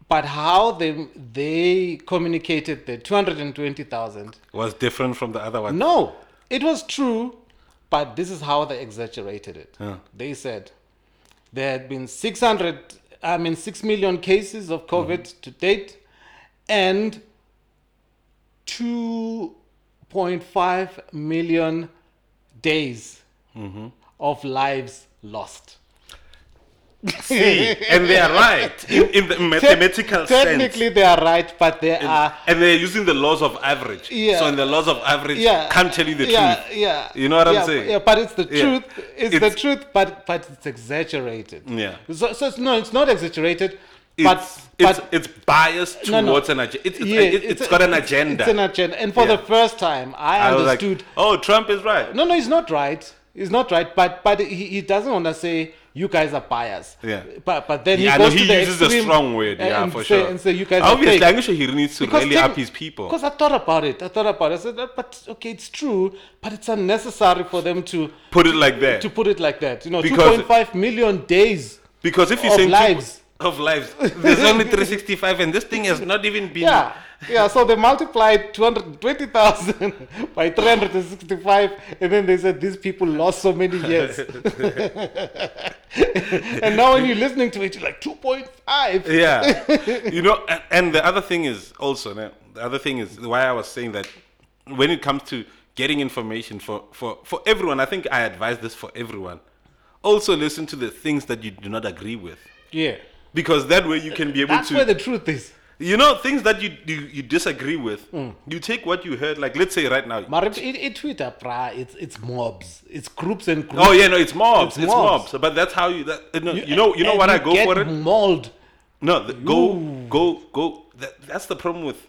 Speaker 1: But how they they communicated the two hundred and twenty thousand
Speaker 2: was different from the other one.
Speaker 1: no, it was true, but this is how they exaggerated it.
Speaker 2: Yeah.
Speaker 1: They said there had been 600, I mean, 6 million cases of COVID
Speaker 2: Mm-hmm.
Speaker 1: to date, and 2.5 million days
Speaker 2: Mm-hmm.
Speaker 1: of lives lost.
Speaker 2: See, and they are right in, in the mathematical sense.
Speaker 1: Technically, they are right, but they are.
Speaker 2: And they're using the laws of average.
Speaker 1: Yeah.
Speaker 2: So in the laws of average,
Speaker 1: Yeah,
Speaker 2: can't tell you the
Speaker 1: yeah,
Speaker 2: truth.
Speaker 1: Yeah,
Speaker 2: You know what I'm
Speaker 1: yeah,
Speaker 2: saying?
Speaker 1: Yeah, but it's the
Speaker 2: Yeah.
Speaker 1: truth. It's, the
Speaker 2: It's-
Speaker 1: truth, but but it's exaggerated.
Speaker 2: Yeah.
Speaker 1: So, so it's, no, it's not exaggerated,
Speaker 2: It's,
Speaker 1: but
Speaker 2: it's,
Speaker 1: but
Speaker 2: it's biased
Speaker 1: No, no.
Speaker 2: towards an agenda. It's, it's,
Speaker 1: yeah,
Speaker 2: it, has got an
Speaker 1: it's-
Speaker 2: agenda.
Speaker 1: It's an agenda, and for
Speaker 2: Yeah.
Speaker 1: the first time, I,
Speaker 2: I was like,
Speaker 1: understood.
Speaker 2: oh, Trump is right.
Speaker 1: no, no, he's not right. He's not right, but but he, he doesn't want to say you guys are biased.
Speaker 2: Yeah.
Speaker 1: But but then
Speaker 2: Yeah, I
Speaker 1: he
Speaker 2: know
Speaker 1: goes
Speaker 2: he
Speaker 1: to the
Speaker 2: uses a
Speaker 1: extreme
Speaker 2: strong word,
Speaker 1: and-
Speaker 2: yeah,
Speaker 1: and
Speaker 2: for
Speaker 1: say,
Speaker 2: sure.
Speaker 1: And say you guys are
Speaker 2: Obviously,
Speaker 1: fake."
Speaker 2: I'm sure he needs to really up his people.
Speaker 1: Because I thought about it. I thought about it. I said, "Uh, but okay, it's true, but it's unnecessary for them to
Speaker 2: Put it like that.
Speaker 1: to put it like that. You know,
Speaker 2: Because-
Speaker 1: 2.5 million days.
Speaker 2: Because if you're
Speaker 1: Of
Speaker 2: saying two-
Speaker 1: lives.
Speaker 2: of lives, there's only 365, and this thing has not even been.
Speaker 1: Yeah, yeah. So they multiplied 220,000 by 365, and then they said these people lost so many years. and now when you're listening to it, you're like 2.5.
Speaker 2: Yeah. you know, and, and the other thing is also ne, the other thing is why I was saying that when it comes to getting information for for for everyone, I think I advise this for everyone. also listen to the things that you do not agree with
Speaker 1: Yeah.
Speaker 2: because that way you can be able
Speaker 1: That's
Speaker 2: to
Speaker 1: where the truth is.
Speaker 2: you know things that you you, you disagree with
Speaker 1: Hmm.
Speaker 2: you take what you heard like let's say right now
Speaker 1: Marip, it, it Twitter, brah, it's, it's mobs. It's groups and groups.
Speaker 2: oh yeah no it's mobs
Speaker 1: It's
Speaker 2: it's,
Speaker 1: mobs.
Speaker 2: mobs. but that's how you that no, you, know you know
Speaker 1: and
Speaker 2: what i go
Speaker 1: get
Speaker 2: for it
Speaker 1: Mauled.
Speaker 2: No, the, go, go, go. That, that's the problem with,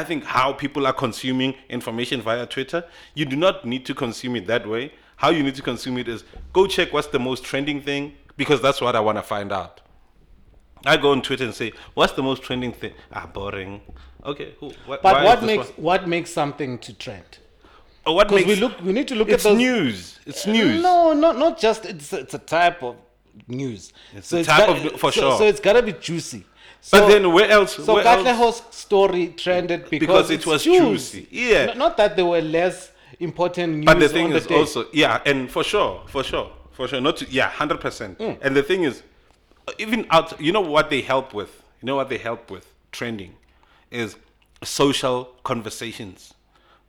Speaker 2: I think, how people are consuming information via Twitter. You do not need to consume it that way. How you need to consume it is go check what's the most trending thing because that's what I want to find out. I go on Twitter and say, "What's the most trending thing?" Ah, boring. Okay, who? What,
Speaker 1: But
Speaker 2: why is
Speaker 1: what
Speaker 2: this
Speaker 1: makes
Speaker 2: one-
Speaker 1: what makes something to trend?
Speaker 2: Oh, what
Speaker 1: Because
Speaker 2: makes?
Speaker 1: we look, we need to look
Speaker 2: it's
Speaker 1: at those.
Speaker 2: news. It's news.
Speaker 1: No, not not just it's it's a type of news.
Speaker 2: It's a type
Speaker 1: got-
Speaker 2: of- for
Speaker 1: so,
Speaker 2: sure.
Speaker 1: So it's gotta be juicy. So,
Speaker 2: But then where else?
Speaker 1: so
Speaker 2: where else?
Speaker 1: Katleho's story trended because,
Speaker 2: Because it
Speaker 1: it's
Speaker 2: was
Speaker 1: Jews.
Speaker 2: juicy. Yeah.
Speaker 1: N- not that there were less important news.
Speaker 2: But the thing
Speaker 1: on the
Speaker 2: is
Speaker 1: day.
Speaker 2: also, yeah, and for sure, for sure, for sure, not to, yeah, hundred percent.
Speaker 1: Hmm.
Speaker 2: And the thing is, even out, you know what they help with? You know what they help with trending is social conversations,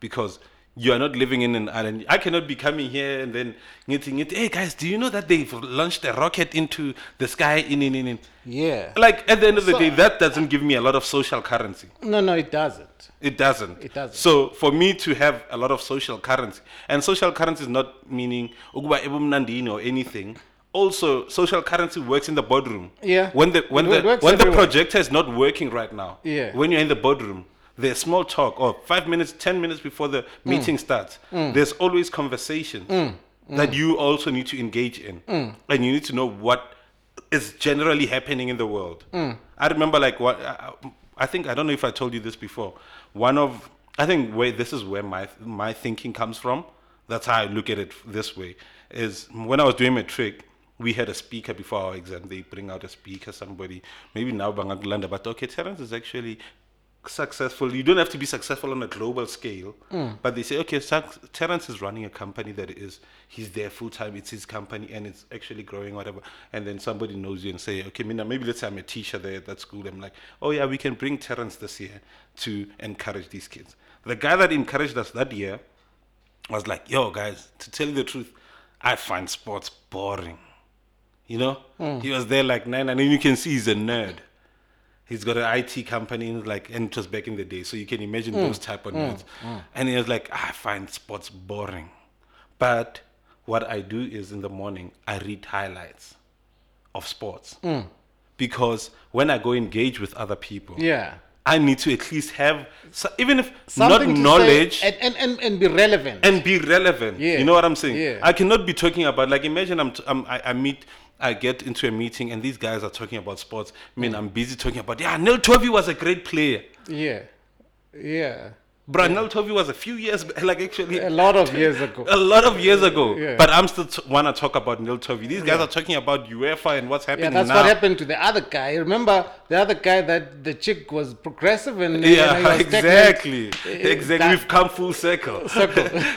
Speaker 2: because you are not living in an island. I cannot be coming here and then getting it. Hey guys, do you know that they've launched a rocket into the sky? In in in in.
Speaker 1: Yeah.
Speaker 2: Like at the end of the
Speaker 1: So-
Speaker 2: day, that doesn't give me a lot of social currency.
Speaker 1: No, no, it doesn't.
Speaker 2: It doesn't.
Speaker 1: It doesn't.
Speaker 2: So for me to have a lot of social currency, and social currency is not meaning ukuba ebumnandini or anything. Also, social currency works in the boardroom.
Speaker 1: Yeah.
Speaker 2: When the when
Speaker 1: It
Speaker 2: the
Speaker 1: works
Speaker 2: when the
Speaker 1: everywhere.
Speaker 2: projector is not working right now.
Speaker 1: Yeah.
Speaker 2: When you're in the boardroom, there's small talk or five minutes, ten minutes before the meeting starts. There's always conversation that you also need to engage in, and you need to know what is generally happening in the world. I remember like what I, I- I think I don't know if I told you this before. One of I think where this is where my my thinking comes from. That's how I look at it this way. Is when I was doing my trick, we had a speaker before our exam. They bring out a speaker, somebody maybe now Bangakulanda, but okay, Terence is actually successful. You don't have to be successful on a global scale, but they say, okay, Sax- Terrence is running a company that is he's there full time. It's his company and it's actually growing, whatever. And then somebody knows you and say, okay, Mina, maybe let's say I'm a teacher there at that school. I'm like, oh yeah, we can bring Terrence this year to encourage these kids. The guy that encouraged us that year was like, yo, guys, to tell you the truth, I find sports boring. You know,
Speaker 1: Hmm.
Speaker 2: he was there like nine, and then you can see he's a nerd. He's got an IT company, and like, and it was back in the day, so you can imagine
Speaker 1: Hmm.
Speaker 2: those type of nerds. And he was like, I find sports boring, but what I do is in the morning I read highlights of sports
Speaker 1: Hmm.
Speaker 2: because when I go engage with other people,
Speaker 1: Yeah.
Speaker 2: I need to at least have so even if
Speaker 1: Something
Speaker 2: not
Speaker 1: to say
Speaker 2: knowledge
Speaker 1: and, and, and, and be relevant.
Speaker 2: and be relevant.
Speaker 1: Yeah.
Speaker 2: You know what I'm saying?
Speaker 1: Yeah.
Speaker 2: I cannot be talking about like imagine I'm, t- I'm I, I meet I get into a meeting and these guys are talking about sports. I
Speaker 1: Mm.
Speaker 2: mean I'm busy talking about yeah Neil Tovey was a great player.
Speaker 1: yeah. Yeah.
Speaker 2: Bro, Neil Tovey was a few years ba- like actually
Speaker 1: A lot of years ago.
Speaker 2: a lot of years ago.
Speaker 1: Yeah.
Speaker 2: But I'm still t- want to talk about Neil Tovey. These guys are talking about UEFA and what's
Speaker 1: Yeah,
Speaker 2: happening
Speaker 1: that's
Speaker 2: now.
Speaker 1: what happened to the other guy. Remember the other guy that the chick was progressive and and he
Speaker 2: Yeah,
Speaker 1: was
Speaker 2: exactly.
Speaker 1: stagnant. Uh,
Speaker 2: Exactly.
Speaker 1: that-
Speaker 2: We've come full circle.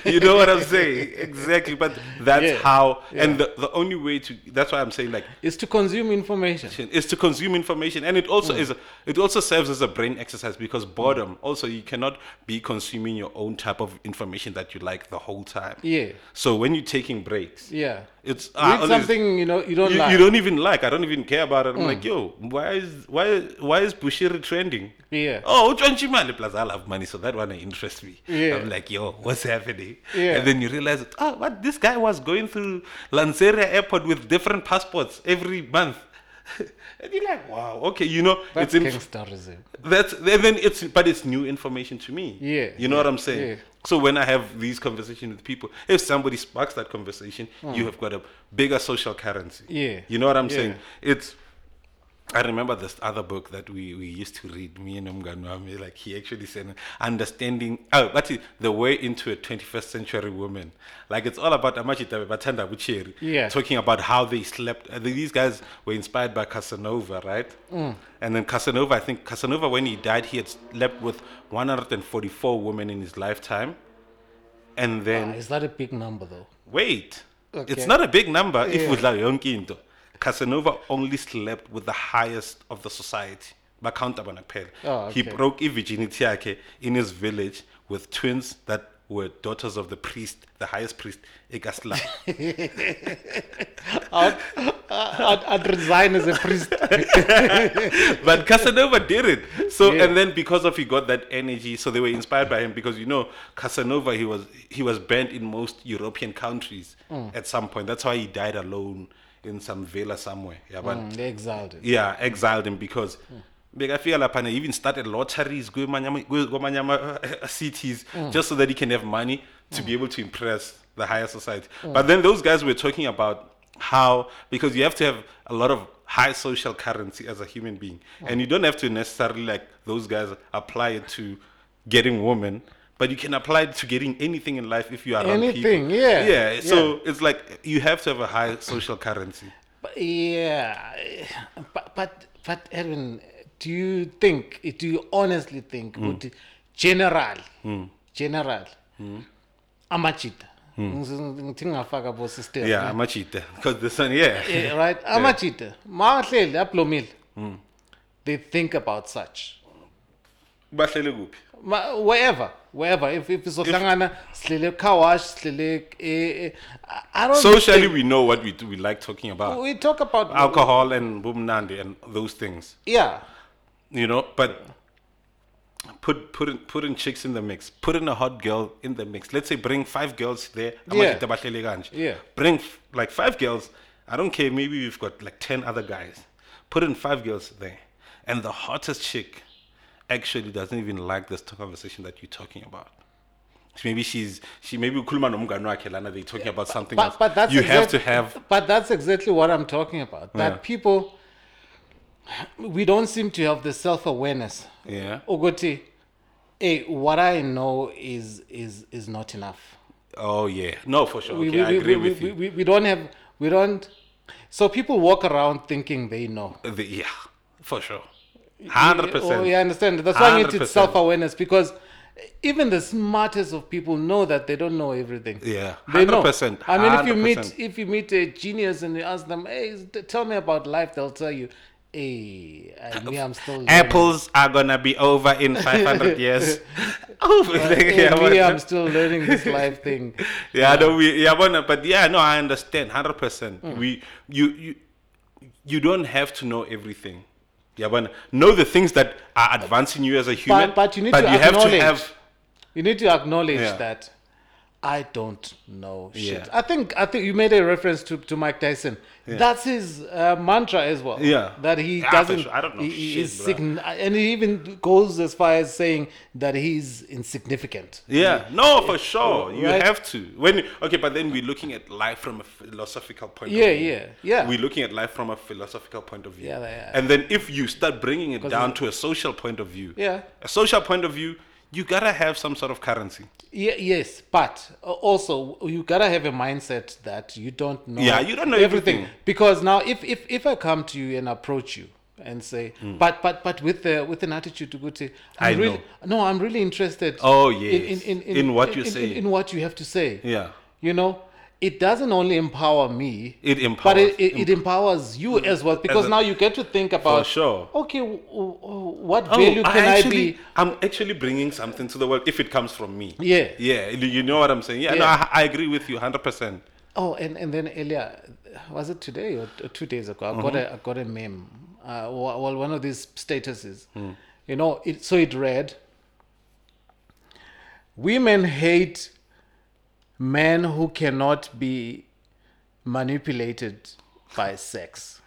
Speaker 2: you know what I'm saying? Exactly. But that's
Speaker 1: Yeah.
Speaker 2: how, and the, the only way to, that's why I'm saying like,
Speaker 1: is to consume information.
Speaker 2: information, is to consume information and it also
Speaker 1: Hmm.
Speaker 2: is it also serves as a brain exercise because boredom also you cannot be consuming your own type of information that you like the whole time
Speaker 1: Yeah.
Speaker 2: so when you're taking breaks
Speaker 1: Yeah.
Speaker 2: it's ah,
Speaker 1: Read
Speaker 2: all these-
Speaker 1: something you know you don't
Speaker 2: you,
Speaker 1: like. Hmm.
Speaker 2: you don't even like i don't even care about it i'm like yo why is why why is bushiri trending
Speaker 1: Yeah.
Speaker 2: oh Uchonchi Mali, plus i love money so that one interests me
Speaker 1: Yeah.
Speaker 2: i'm like yo what's happening
Speaker 1: Yeah.
Speaker 2: and then you realize oh what this guy was going through lanseria airport with different passports every month and you're like wow okay you know
Speaker 1: That's
Speaker 2: it's in,
Speaker 1: gangsterism. Ah,
Speaker 2: that's and then it's but it's new information to me.
Speaker 1: Yeah,
Speaker 2: You know what I'm saying?
Speaker 1: yeah.
Speaker 2: So when I have these conversations with people, if somebody sparks that conversation, you have got a bigger social currency.
Speaker 1: Hmm. Yeah,
Speaker 2: You know what I'm
Speaker 1: yeah.
Speaker 2: saying? It's I remember this other book that we, we used to read, me and Umganwami, like he actually said, understanding, oh, but it- the way into a 21st century woman. Like it's all about Amachita Batanda Bucheri,
Speaker 1: Yeah.
Speaker 2: talking about how they slept. Uh, These guys were inspired by Casanova, right? And then Casanova, I think Casanova, when he died, he had slept with 144 women in his lifetime. And then
Speaker 1: Ah, Is that a big number though?
Speaker 2: wait,
Speaker 1: Okay.
Speaker 2: it's not a big number if with La Yonkinto. Casanova only slept with the highest of the society. Bacounta Bonapel.
Speaker 1: Oh,
Speaker 2: He
Speaker 1: okay.
Speaker 2: broke his virginity yake in his village with twins that were daughters of the priest, the highest priest, Egasla.
Speaker 1: I'd, I'd, I'd resign as a priest.
Speaker 2: but Casanova did it. So
Speaker 1: Yeah.
Speaker 2: and then because of he got that energy, so they were inspired by him because you know Casanova he was he was banned in most European countries
Speaker 1: Mm.
Speaker 2: at some point. That's why he died alone in some villa somewhere. Yeah, but
Speaker 1: Mm, they exiled it.
Speaker 2: yeah, exiled him because bekafika lapha ne even started lotteries kwamanye ama-cities uh, just so that he can have money to be able to impress the higher society but then those guys were talking about how because you have to have a lot of high social currency as a human being and you don't have to necessarily like those guys apply it to getting women but you can apply it to getting anything in life if you are around people.
Speaker 1: Anything, yeah,
Speaker 2: yeah so it's like you have to have a high social currency
Speaker 1: But yeah, eh, but but but Edwin, do you think? Do you honestly think?
Speaker 2: Hmm.
Speaker 1: Would general, general,
Speaker 2: Hmm.
Speaker 1: amachita. Ngiz- ngithi ngingafaka bo system.
Speaker 2: yeah amachita because the sun yeah Hmm.
Speaker 1: Eh, right, amachita. Mahleli ablomile. They think about such.
Speaker 2: bahlele kuphi
Speaker 1: Ma, wherever, wherever. If if sohlangana silele car wash, silele eh, eh, I- I don't
Speaker 2: socially
Speaker 1: think-
Speaker 2: we know what we do, we like talking about
Speaker 1: we talk about
Speaker 2: alcohol and bumnandi and those things
Speaker 1: yeah.
Speaker 2: you know but put put in, put in chicks in the mix put in a hot girl in the mix let's say bring five girls there Amajita bahlele kanje.
Speaker 1: Yeah.
Speaker 2: bring f- like five girls i don't care maybe we've got like 10 other guys put in five girls there and the hottest chick actually doesn't even like this conversation that you're talking about maybe she's she maybe ukhuluma nomngane wakhe lana they talking about something else.
Speaker 1: but, but that's
Speaker 2: you have
Speaker 1: exact-
Speaker 2: to have
Speaker 1: but that's exactly what i'm talking about that
Speaker 2: Yeah.
Speaker 1: people we don't seem to have the self-awareness
Speaker 2: yeah
Speaker 1: Ogoti, hey what i know is is is not enough
Speaker 2: oh yeah no for sure okay
Speaker 1: we,
Speaker 2: i
Speaker 1: we,
Speaker 2: agree
Speaker 1: we,
Speaker 2: with
Speaker 1: we,
Speaker 2: you
Speaker 1: we, we don't have we don't so people walk around thinking they know
Speaker 2: The- yeah for sure 100%
Speaker 1: Oh, yeah, I understand. That's why I need
Speaker 2: 100%.
Speaker 1: self awareness because even the smartest of people know that they don't know everything.
Speaker 2: Yeah,
Speaker 1: they know.
Speaker 2: 100%,
Speaker 1: I mean, if you meet
Speaker 2: 100%.
Speaker 1: if you meet a genius and you ask them, "Hey, s- t- tell me about life," they'll tell you, "Hey, I, me, I'm still learning.
Speaker 2: apples are gonna be over in 500 years over
Speaker 1: Hey,
Speaker 2: yeah,
Speaker 1: me, I'm
Speaker 2: but-
Speaker 1: still learning this life thing."
Speaker 2: yeah, no, we, yeah, but, no, but yeah, no, I understand 100%.
Speaker 1: Mm.
Speaker 2: We, you, you, you don't have to know everything. Yeah, but know the things that are advancing you as a human.
Speaker 1: but you need to acknowledge You need to acknowledge
Speaker 2: Yeah.
Speaker 1: that I don't know shit.
Speaker 2: Yeah.
Speaker 1: I think I think you made a reference to, to Mike Tyson. That's his uh, mantra as well.
Speaker 2: Yeah.
Speaker 1: that he
Speaker 2: Yeah, for
Speaker 1: doesn't.
Speaker 2: sure. I don't know
Speaker 1: he- he
Speaker 2: shit,
Speaker 1: is
Speaker 2: bruh.
Speaker 1: sign- and he even goes as far as saying that he's insignificant.
Speaker 2: Yeah, no, for sure. You
Speaker 1: Right.
Speaker 2: have to. When okay, but then we're looking at life from a philosophical point.
Speaker 1: Yeah,
Speaker 2: of view.
Speaker 1: yeah, yeah.
Speaker 2: We're looking at life from a philosophical point of view.
Speaker 1: Yeah, yeah.
Speaker 2: And then if you start bringing it down to a social point of view,
Speaker 1: Yeah.
Speaker 2: a social point of view, you gotta have some sort of currency.
Speaker 1: Ye- yes, but uh, also you gotta have a mindset that you don't know.
Speaker 2: Yeah, you don't know everything.
Speaker 1: Because now, if if if I come to you and approach you and say, but but but with the with an attitude to go to, I'm
Speaker 2: Hmm. I
Speaker 1: really, No, I'm really interested.
Speaker 2: Oh,
Speaker 1: in
Speaker 2: yes.
Speaker 1: in, in,
Speaker 2: In what you
Speaker 1: in-
Speaker 2: say.
Speaker 1: In, in what you have to say.
Speaker 2: Yeah.
Speaker 1: You know, it doesn't only empower me.
Speaker 2: It
Speaker 1: but
Speaker 2: empowers. Mm.
Speaker 1: it, it, it empowers you as well because
Speaker 2: a-
Speaker 1: now you get to think about
Speaker 2: sure.
Speaker 1: okay w- w- what
Speaker 2: Oh,
Speaker 1: value can I,
Speaker 2: actually,
Speaker 1: be
Speaker 2: I'm actually bringing something to the world if it comes from me.
Speaker 1: Yeah.
Speaker 2: Yeah. You you know what I'm saying? Yeah. No,
Speaker 1: Yeah.
Speaker 2: I, I agree with you 100%.
Speaker 1: Oh, and, and then earlier, was it today or t- two days ago? I got a I got a meme, uh, wa- well, one of these statuses. You know, it, so it read, "Women hate men who cannot be manipulated by sex."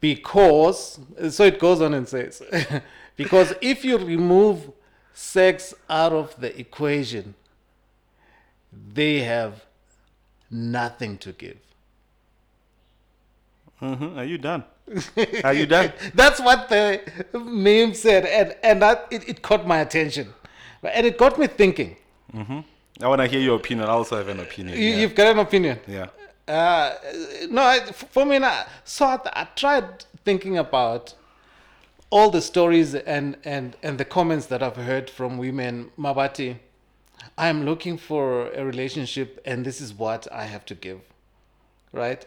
Speaker 1: because so it goes on and says because if you remove sex out of the equation they have nothing to give
Speaker 2: hmm Are you done? Are you done?
Speaker 1: that's what the meme said and and that it, it caught my attention and it got me thinking
Speaker 2: I want to hear your opinion. I also have an opinion.
Speaker 1: you,
Speaker 2: yeah.
Speaker 1: you've got an opinion
Speaker 2: Yeah.
Speaker 1: uh, no, I, f- for me, nah. so I, I tried thinking about all the stories and, and, and the comments that I've heard from women. Mabati, I'm looking for a relationship, and this is what I have to give. Right?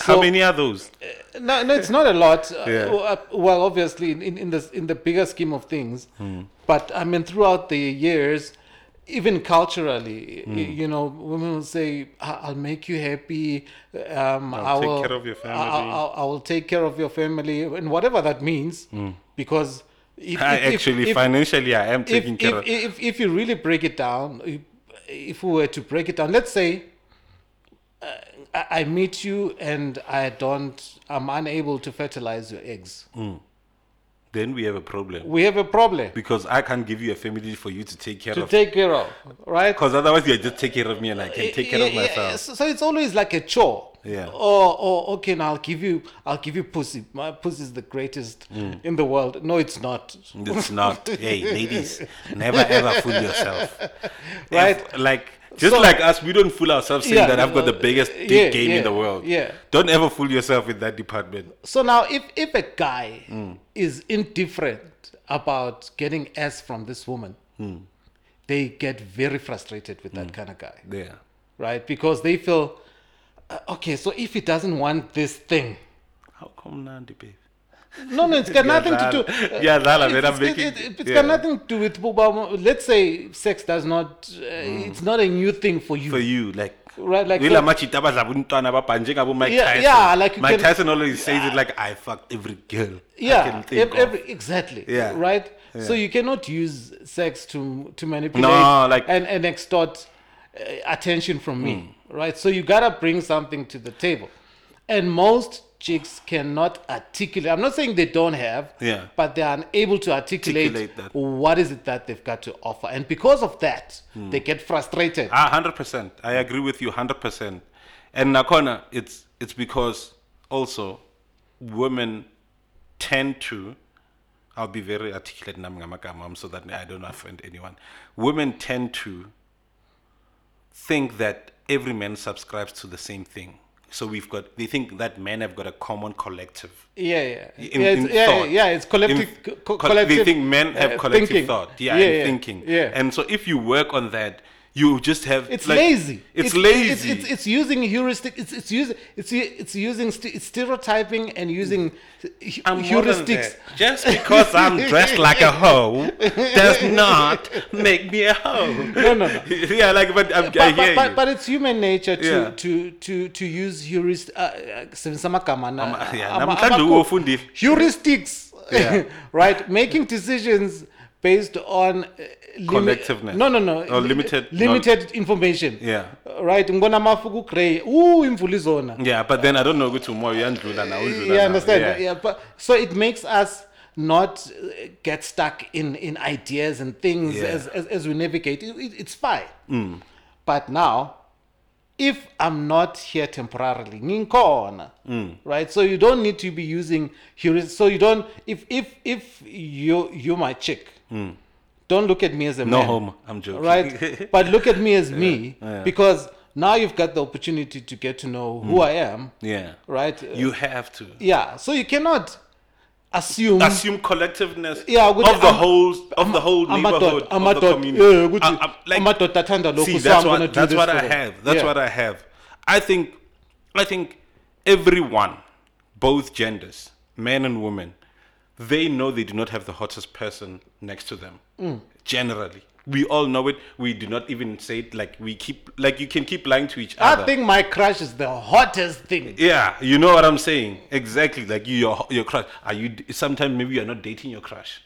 Speaker 2: How many are those?
Speaker 1: No, no, it's not a lot. Uh,
Speaker 2: Yeah.
Speaker 1: w- uh, Well,
Speaker 2: Hmm.
Speaker 1: obviously, in, in, in the in the bigger scheme of things, but I mean, throughout the years, even culturally, y-
Speaker 2: Hmm.
Speaker 1: you know, women will say, "I- "I'll make you happy. Um,
Speaker 2: I'll
Speaker 1: I
Speaker 2: take
Speaker 1: will-
Speaker 2: care of your
Speaker 1: I-
Speaker 2: family."
Speaker 1: I, I, I will take care of your family, and whatever that means, because if,
Speaker 2: Hmm. I
Speaker 1: if- if-
Speaker 2: actually,
Speaker 1: if-
Speaker 2: financially, I am
Speaker 1: if,
Speaker 2: taking
Speaker 1: if,
Speaker 2: care of.
Speaker 1: if, if you really break it down, if- if we were to break it down, let's say uh, I I meet you and I don't, I'm unable to fertilize your eggs.
Speaker 2: Mm. then we have a problem
Speaker 1: We have a problem
Speaker 2: because I can't give you a family for you to take care
Speaker 1: to
Speaker 2: of.
Speaker 1: take care of, right?
Speaker 2: Because otherwise, you just take care of me, and I can take care of
Speaker 1: Yeah, yeah, yeah.
Speaker 2: myself.
Speaker 1: So, so it's always like a chore.
Speaker 2: Yeah.
Speaker 1: Or, or okay, now I'll give you, I'll give you pussy. My pussy is the greatest
Speaker 2: Mm.
Speaker 1: in the world. No, it's not.
Speaker 2: It's not. hey, ladies, never ever fool yourself.
Speaker 1: Right.
Speaker 2: If- like just
Speaker 1: So-
Speaker 2: like us, we don't fool ourselves saying
Speaker 1: Yeah,
Speaker 2: that I've got the
Speaker 1: uh,
Speaker 2: biggest dick
Speaker 1: yeah,
Speaker 2: game in
Speaker 1: yeah,
Speaker 2: the world.
Speaker 1: yeah.
Speaker 2: Don't ever fool yourself in that department.
Speaker 1: So now, if if a guy is indifferent about getting ass from this woman, they get very frustrated with that kind of guy,
Speaker 2: Yeah.
Speaker 1: right? Because they feel, uh, okay, so if he doesn't want this thing,
Speaker 2: How come Nandi, babe?
Speaker 1: no, no, it's got nothing to do.
Speaker 2: Ngiyadlala.
Speaker 1: uh,
Speaker 2: Ngiyadlala, man,
Speaker 1: it's-
Speaker 2: I'm
Speaker 1: it's-
Speaker 2: making-
Speaker 1: it- it- it's
Speaker 2: yeah.
Speaker 1: got nothing to do with. well, Let's say sex does not. Uh, It's not a new thing for you,
Speaker 2: For you, like
Speaker 1: right? Like
Speaker 2: Wila
Speaker 1: so-
Speaker 2: machita abadla abuntwana babhanje ngabo Mike
Speaker 1: Yeah,
Speaker 2: Tyson.
Speaker 1: yeah, like you
Speaker 2: Mike
Speaker 1: can-
Speaker 2: Tyson always says it like I fucked every girl. I
Speaker 1: yeah,
Speaker 2: can think
Speaker 1: ev-
Speaker 2: of."
Speaker 1: every- exactly.
Speaker 2: Yeah.
Speaker 1: right. So you cannot use sex to to manipulate
Speaker 2: No, like-
Speaker 1: and and extort uh, attention from me,
Speaker 2: Hmm.
Speaker 1: right? So you gotta bring something to the table, and most chicks cannot articulate. I'm not saying they don't have,
Speaker 2: Yeah.
Speaker 1: but they are unable to articulate,
Speaker 2: Articulate that.
Speaker 1: what is it that they've got to offer, and because of that, they get frustrated.
Speaker 2: Hmm. Ah, hundred percent. I agree with you hundred percent. And Nakona, it's it's because also women tend to. I'll be very articulate nami ngamagama so that I don't offend anyone. Women tend to think that every man subscribes to the same thing. So we've got they think that men have got a common collective.
Speaker 1: Yeah, yeah,
Speaker 2: in-
Speaker 1: yeah, it's,
Speaker 2: in
Speaker 1: yeah,
Speaker 2: thought.
Speaker 1: yeah, It's collective.
Speaker 2: In-
Speaker 1: co-
Speaker 2: co-
Speaker 1: collective
Speaker 2: They think men have
Speaker 1: uh,
Speaker 2: collective
Speaker 1: thinking.
Speaker 2: thought, yeah,
Speaker 1: yeah,
Speaker 2: and
Speaker 1: yeah,
Speaker 2: thinking.
Speaker 1: Yeah,
Speaker 2: And so if you work on that, you just have
Speaker 1: It's
Speaker 2: like-
Speaker 1: lazy. it's-
Speaker 2: It's, lazy.
Speaker 1: It's, it's, it's using heuristic. It's it's using it's u- it's using st- it's stereotyping and using hu-
Speaker 2: I'm more than
Speaker 1: heuristics.
Speaker 2: that. Just because I'm dressed like a hoe does not make me a hoe. No,
Speaker 1: no, no.
Speaker 2: yeah, like, but I'm, I
Speaker 1: But,
Speaker 2: hear
Speaker 1: but, but,
Speaker 2: you.
Speaker 1: but it's human nature to
Speaker 2: Yeah.
Speaker 1: to to to use heuristic. Uh, uh, samagamana,
Speaker 2: Ama- yeah,
Speaker 1: ama-
Speaker 2: namhlanje
Speaker 1: amakho-
Speaker 2: uwufundile.
Speaker 1: Heuristics,
Speaker 2: Yeah.
Speaker 1: right? Making decisions based on uh, limi-
Speaker 2: Collectiveness.
Speaker 1: No, no, no.
Speaker 2: Or limited knowledge.
Speaker 1: limited information.
Speaker 2: Yeah.
Speaker 1: Right. Ngibona amafuku grey. Ooh, imvula izona.
Speaker 2: yeah, but then I don't know good tomorrow. You
Speaker 1: you understand yeah. but so it makes us not uh, get stuck in in ideas and things
Speaker 2: Yeah. Mm.
Speaker 1: as, as as we navigate it, it- it's fine but now if i'm not here temporarily ngikhona
Speaker 2: Mm.
Speaker 1: right so you don't need to be using heuristics so you don't if if if you you my chick don't look at me as a
Speaker 2: Mm. No
Speaker 1: man
Speaker 2: homo. I'm joking.
Speaker 1: right? but look at me as me because now you've got the opportunity to get to know who I am,
Speaker 2: yeah.
Speaker 1: right?
Speaker 2: Mm. You have to.
Speaker 1: yeah, so you cannot assume.
Speaker 2: assume collectiveness
Speaker 1: Yeah,
Speaker 2: of
Speaker 1: ukuthi
Speaker 2: the
Speaker 1: am-
Speaker 2: whole of the whole
Speaker 1: amadoda
Speaker 2: neighborhood of the
Speaker 1: amadoda
Speaker 2: community.
Speaker 1: yeah, ukuthi
Speaker 2: I- I'm like-
Speaker 1: amadoda athanda lokhu
Speaker 2: See,
Speaker 1: so
Speaker 2: that's
Speaker 1: I'm gonna
Speaker 2: what
Speaker 1: do
Speaker 2: that's
Speaker 1: this
Speaker 2: what
Speaker 1: for
Speaker 2: I
Speaker 1: them.
Speaker 2: have. That's
Speaker 1: Yeah.
Speaker 2: what I have. I think I think everyone, both genders, men and women, they know they do not have the hottest person next to them.
Speaker 1: Mm.
Speaker 2: Generally. We all know it. We do not even say it like we keep like you can keep lying to each
Speaker 1: I
Speaker 2: other.
Speaker 1: think my crush is the hottest thing.
Speaker 2: Yeah, you know what I'm saying. Exactly. Like you, your your crush. Are you sometimes maybe you're not dating your crush.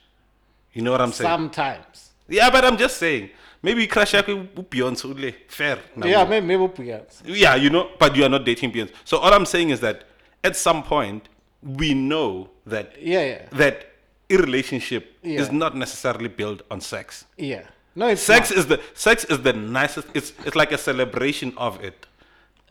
Speaker 2: You know what I'm saying?
Speaker 1: Sometimes,
Speaker 2: Yeah, but I'm just saying. Maybe crush yakho u- Beyonce ule fair. na
Speaker 1: yeah,
Speaker 2: wewe.
Speaker 1: maybe maybe Beyonce.
Speaker 2: Yeah, you know, but you are not dating Beyonce. So all I'm saying is that at some point we know that
Speaker 1: Yeah, yeah,
Speaker 2: that a relationship
Speaker 1: Yeah.
Speaker 2: is not necessarily built on sex.
Speaker 1: yeah. No, it's
Speaker 2: Sex is the sex is the nicest. It's it's like a celebration of it.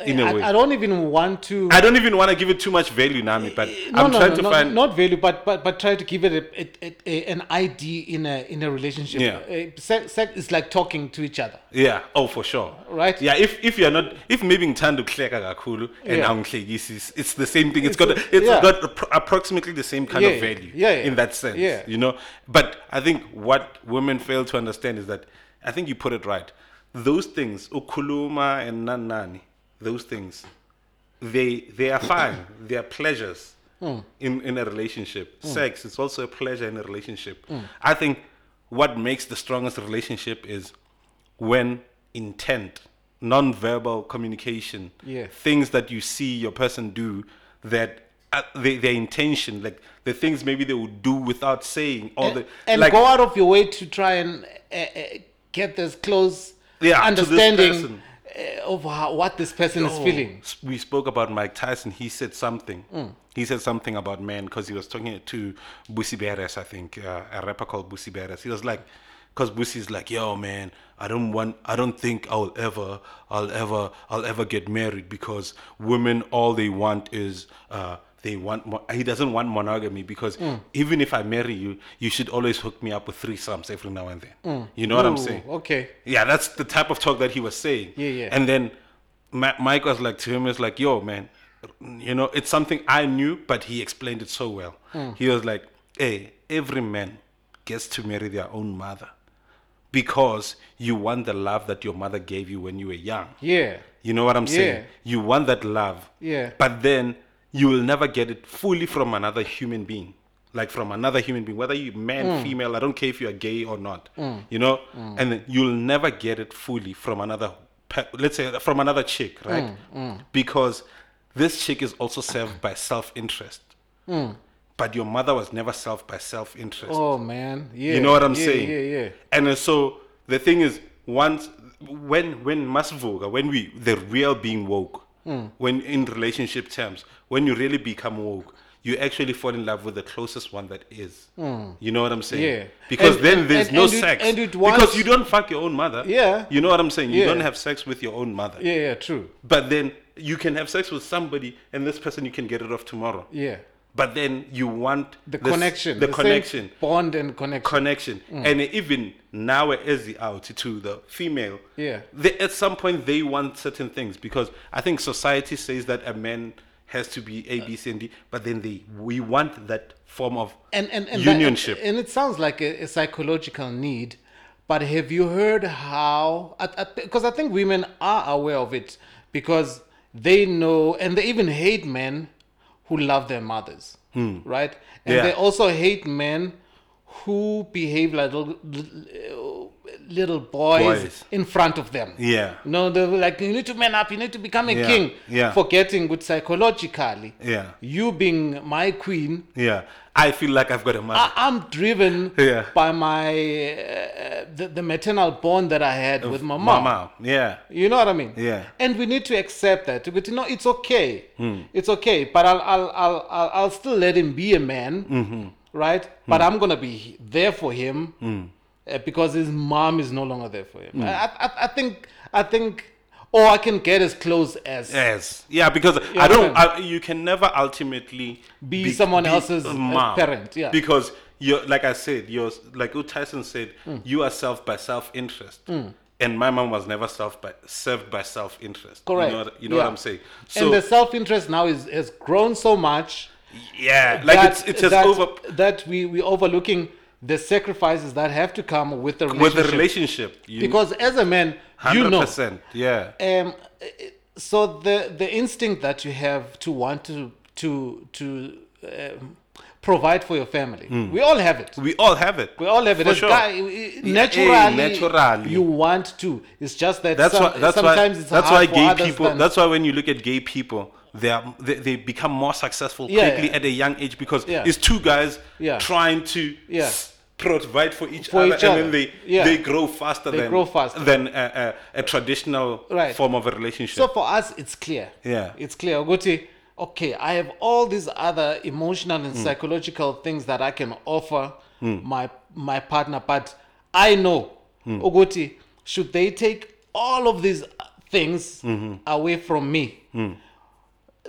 Speaker 2: In a
Speaker 1: not.
Speaker 2: way,
Speaker 1: I, I don't even want to.
Speaker 2: I don't even want to give it too much value, Nami, but
Speaker 1: no,
Speaker 2: I'm
Speaker 1: no,
Speaker 2: trying
Speaker 1: no,
Speaker 2: to
Speaker 1: no,
Speaker 2: find.
Speaker 1: not value, but but but try to give it a, a, a, a- an ID in a in a relationship.
Speaker 2: Yeah.
Speaker 1: Uh, sex, sex is like talking to each other.
Speaker 2: Yeah, oh, for sure.
Speaker 1: Right.
Speaker 2: Yeah, if if you're not, if maybe ngithanda ukuhleka kakhulu and
Speaker 1: Yeah.
Speaker 2: angihlekisi, it's, it's the same thing. It's
Speaker 1: It's-
Speaker 2: got a, it's
Speaker 1: yeah.
Speaker 2: got appro- approximately the same kind of
Speaker 1: Yeah,
Speaker 2: value
Speaker 1: yeah, yeah.
Speaker 2: in that sense.
Speaker 1: Yeah.
Speaker 2: You know, but I think what women fail to understand is that I think you put it right. Those things, ukuluma and nanani, those things, they they are fine. they are pleasures
Speaker 1: Hmm.
Speaker 2: in, in a relationship. Sex is
Speaker 1: Hmm.
Speaker 2: also a pleasure in a relationship. I think what makes the strongest relationship is when intent, non-verbal communication,
Speaker 1: Yeah.
Speaker 2: things that you see your person do that uh, they, their intention, like the things maybe they would do without saying, or the
Speaker 1: and
Speaker 2: like,
Speaker 1: go out of your way to try and uh, uh, get this close
Speaker 2: Yeah, to this
Speaker 1: understanding
Speaker 2: person.
Speaker 1: uh, of how, what this person is
Speaker 2: Oh,
Speaker 1: feeling. Mm.
Speaker 2: s- We spoke about Mike Tyson. He said something. He said something about men because he was talking to Busi Beres, I think, uh, a rapper called Busi Beres. He was like, because Busi's like, yo, man, I don't want, I don't think I'll ever, I'll ever, I'll ever get married because women, all they want is, uh, they want, mo- he doesn't want monogamy because
Speaker 1: Mm.
Speaker 2: even if I marry you, you should always hook me up with threesomes every now and then. You know what I'm
Speaker 1: Mm. Ooh,
Speaker 2: saying?
Speaker 1: Okay.
Speaker 2: Yeah, that's the type of talk that he was saying.
Speaker 1: Yeah, yeah.
Speaker 2: And then Ma- Mike was like to him, "Is like, yo, man, you know, it's something I knew, but he explained it so well.
Speaker 1: Hmm.
Speaker 2: He was like, hey, every man gets to marry their own mother because you want the love that your mother gave you when you were young.
Speaker 1: Yeah.
Speaker 2: You know what I'm saying?
Speaker 1: Yeah.
Speaker 2: You want that love.
Speaker 1: Yeah.
Speaker 2: But then you will never get it fully from another human being. Like from another human being, whether you man,
Speaker 1: Mm.
Speaker 2: female, I don't care if you are gay or not. You know? And then you'll never get it fully from another pe- let's say from another
Speaker 1: Mm.
Speaker 2: chick, right? Because this chick is also served by self-interest.
Speaker 1: Mm.
Speaker 2: But your mother was never served by self-interest.
Speaker 1: Oh man. Yeah.
Speaker 2: You know what I'm
Speaker 1: yeah,
Speaker 2: saying?
Speaker 1: Yeah, yeah.
Speaker 2: And uh, so the thing is, once when when Masvuga, when we the real being woke,
Speaker 1: Hmm.
Speaker 2: when in relationship terms, when you really become woke, you actually fall in love with the closest one that is. You know what I'm saying?
Speaker 1: Hmm. Yeah.
Speaker 2: Because
Speaker 1: And-
Speaker 2: then
Speaker 1: and-
Speaker 2: there's
Speaker 1: and-
Speaker 2: no
Speaker 1: and it-
Speaker 2: sex.
Speaker 1: and it
Speaker 2: because
Speaker 1: wants-
Speaker 2: you don't fuck your own mother.
Speaker 1: Yeah.
Speaker 2: You know what I'm saying? You
Speaker 1: Yeah.
Speaker 2: don't have sex with your own mother.
Speaker 1: Yeah, yeah, true.
Speaker 2: But then you can have sex with somebody, and this person you can get rid of tomorrow.
Speaker 1: Yeah.
Speaker 2: But then you want
Speaker 1: The
Speaker 2: this-
Speaker 1: connection.
Speaker 2: The,
Speaker 1: same
Speaker 2: connection
Speaker 1: Bond and connection.
Speaker 2: connection
Speaker 1: Mm.
Speaker 2: and even now as the out to the female
Speaker 1: Yeah.
Speaker 2: they, at some point they want certain things because i think society says that a man has to be a b c and d but then they we want that form of
Speaker 1: and and, and
Speaker 2: unionship
Speaker 1: That, and it sounds like a, a psychological need, but have you heard how? Because I, think women are aware of it because they know, and they even hate men who love their mothers, right? And
Speaker 2: Hmm. Yeah.
Speaker 1: they also hate men who behave like little, little boys,
Speaker 2: Boys.
Speaker 1: in front of them.
Speaker 2: Yeah.
Speaker 1: No, they're like, you need to man up. You need to become a
Speaker 2: Yeah,
Speaker 1: king.
Speaker 2: yeah.
Speaker 1: Forgetting good psychologically.
Speaker 2: Yeah.
Speaker 1: You being my queen,
Speaker 2: yeah i feel like i've got a mother
Speaker 1: I, I'm driven
Speaker 2: Yeah.
Speaker 1: by my uh, the, the maternal bond that I had with my mom.
Speaker 2: mom yeah
Speaker 1: You know what I mean?
Speaker 2: Yeah. Hmm.
Speaker 1: And we need to accept that. But you know, it's okay. It's okay. But I'll I'll, I'll I'll I'll still let him be a man,
Speaker 2: Mm-hmm.
Speaker 1: right?
Speaker 2: Hmm.
Speaker 1: But I'm gonna be there for him uh, because his mom is no longer there for him.
Speaker 2: Hmm.
Speaker 1: I, I I think I think, or I can get as close as
Speaker 2: Yes. Yeah, because I don't. I, you can never ultimately
Speaker 1: Be someone else's,
Speaker 2: a
Speaker 1: uh, parent, yeah.
Speaker 2: Because you're, like I said, you're like U Tyson said, you are self by self interest,
Speaker 1: Hmm.
Speaker 2: and my mom was never self by served by self interest.
Speaker 1: correct.
Speaker 2: You know, what, you know
Speaker 1: Yeah.
Speaker 2: what I'm saying? So
Speaker 1: and the self interest now is has grown so much.
Speaker 2: yeah, like
Speaker 1: that-
Speaker 2: it's it's just
Speaker 1: that,
Speaker 2: over
Speaker 1: that we we overlooking the sacrifices that have to come with the
Speaker 2: with
Speaker 1: relationship.
Speaker 2: the relationship. You,
Speaker 1: because as a man, you know,
Speaker 2: percent. Yeah.
Speaker 1: um, so the the instinct that you have to want to to to um, provide for your family, we all have it.
Speaker 2: We all have it.
Speaker 1: We all have it.
Speaker 2: Hmm.
Speaker 1: As
Speaker 2: For sure.
Speaker 1: guy, eh, naturally,
Speaker 2: naturally.
Speaker 1: you want to. It's just that
Speaker 2: That's
Speaker 1: some-
Speaker 2: why. That's
Speaker 1: sometimes
Speaker 2: why.
Speaker 1: it's
Speaker 2: that's why
Speaker 1: hard for
Speaker 2: gay
Speaker 1: others
Speaker 2: people.
Speaker 1: than-
Speaker 2: That's why when you look at gay people, they are they, they become more successful
Speaker 1: Yeah,
Speaker 2: quickly
Speaker 1: yeah.
Speaker 2: at a young age because
Speaker 1: Yeah.
Speaker 2: it's two guys
Speaker 1: Yeah.
Speaker 2: trying to
Speaker 1: Yeah.
Speaker 2: s- provide for each
Speaker 1: For
Speaker 2: other,
Speaker 1: each
Speaker 2: and
Speaker 1: other.
Speaker 2: then they
Speaker 1: Yeah.
Speaker 2: they grow faster
Speaker 1: They
Speaker 2: than
Speaker 1: grow faster.
Speaker 2: than a, a, a traditional
Speaker 1: Right.
Speaker 2: form of a relationship.
Speaker 1: So for us, it's clear.
Speaker 2: Yeah.
Speaker 1: It's clear. Uguti, okay, I have all these other emotional
Speaker 2: Mm.
Speaker 1: and psychological things that I can offer my my partner, but I know,
Speaker 2: Mm.
Speaker 1: Uguti, should they take all of these things
Speaker 2: Mm-hmm.
Speaker 1: away from me,
Speaker 2: Mm.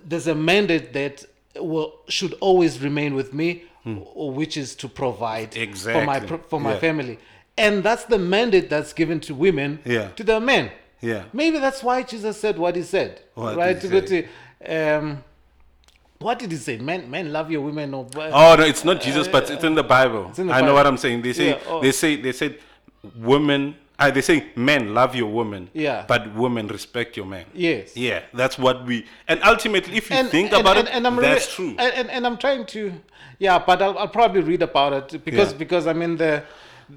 Speaker 1: there's a mandate that will should always remain with me, w- which is to provide for my
Speaker 2: Mm. Exactly.
Speaker 1: pro- for my
Speaker 2: Yeah.
Speaker 1: family. And that's the mandate that's given to women,
Speaker 2: Yeah.
Speaker 1: to the men.
Speaker 2: Yeah.
Speaker 1: Maybe that's why Jesus said what he said.
Speaker 2: What
Speaker 1: right?
Speaker 2: did he
Speaker 1: But, um, what did he say? Men, men love your women. Or, uh,
Speaker 2: Oh no, it's not Jesus, but it's in the Bible.
Speaker 1: in the
Speaker 2: I know
Speaker 1: Bible.
Speaker 2: what I'm saying. They say
Speaker 1: Yeah, oh.
Speaker 2: they say they said women. Uh, they say men love your woman.
Speaker 1: Yeah.
Speaker 2: But women respect your man.
Speaker 1: Yes.
Speaker 2: Yeah, that's what we. And ultimately, if you
Speaker 1: And,
Speaker 2: think
Speaker 1: and-
Speaker 2: about
Speaker 1: and-
Speaker 2: it,
Speaker 1: and I'm really-
Speaker 2: that's true.
Speaker 1: And, and, and I'm trying to, yeah, but I'll, I'll probably read about it because
Speaker 2: Yeah.
Speaker 1: because I mean the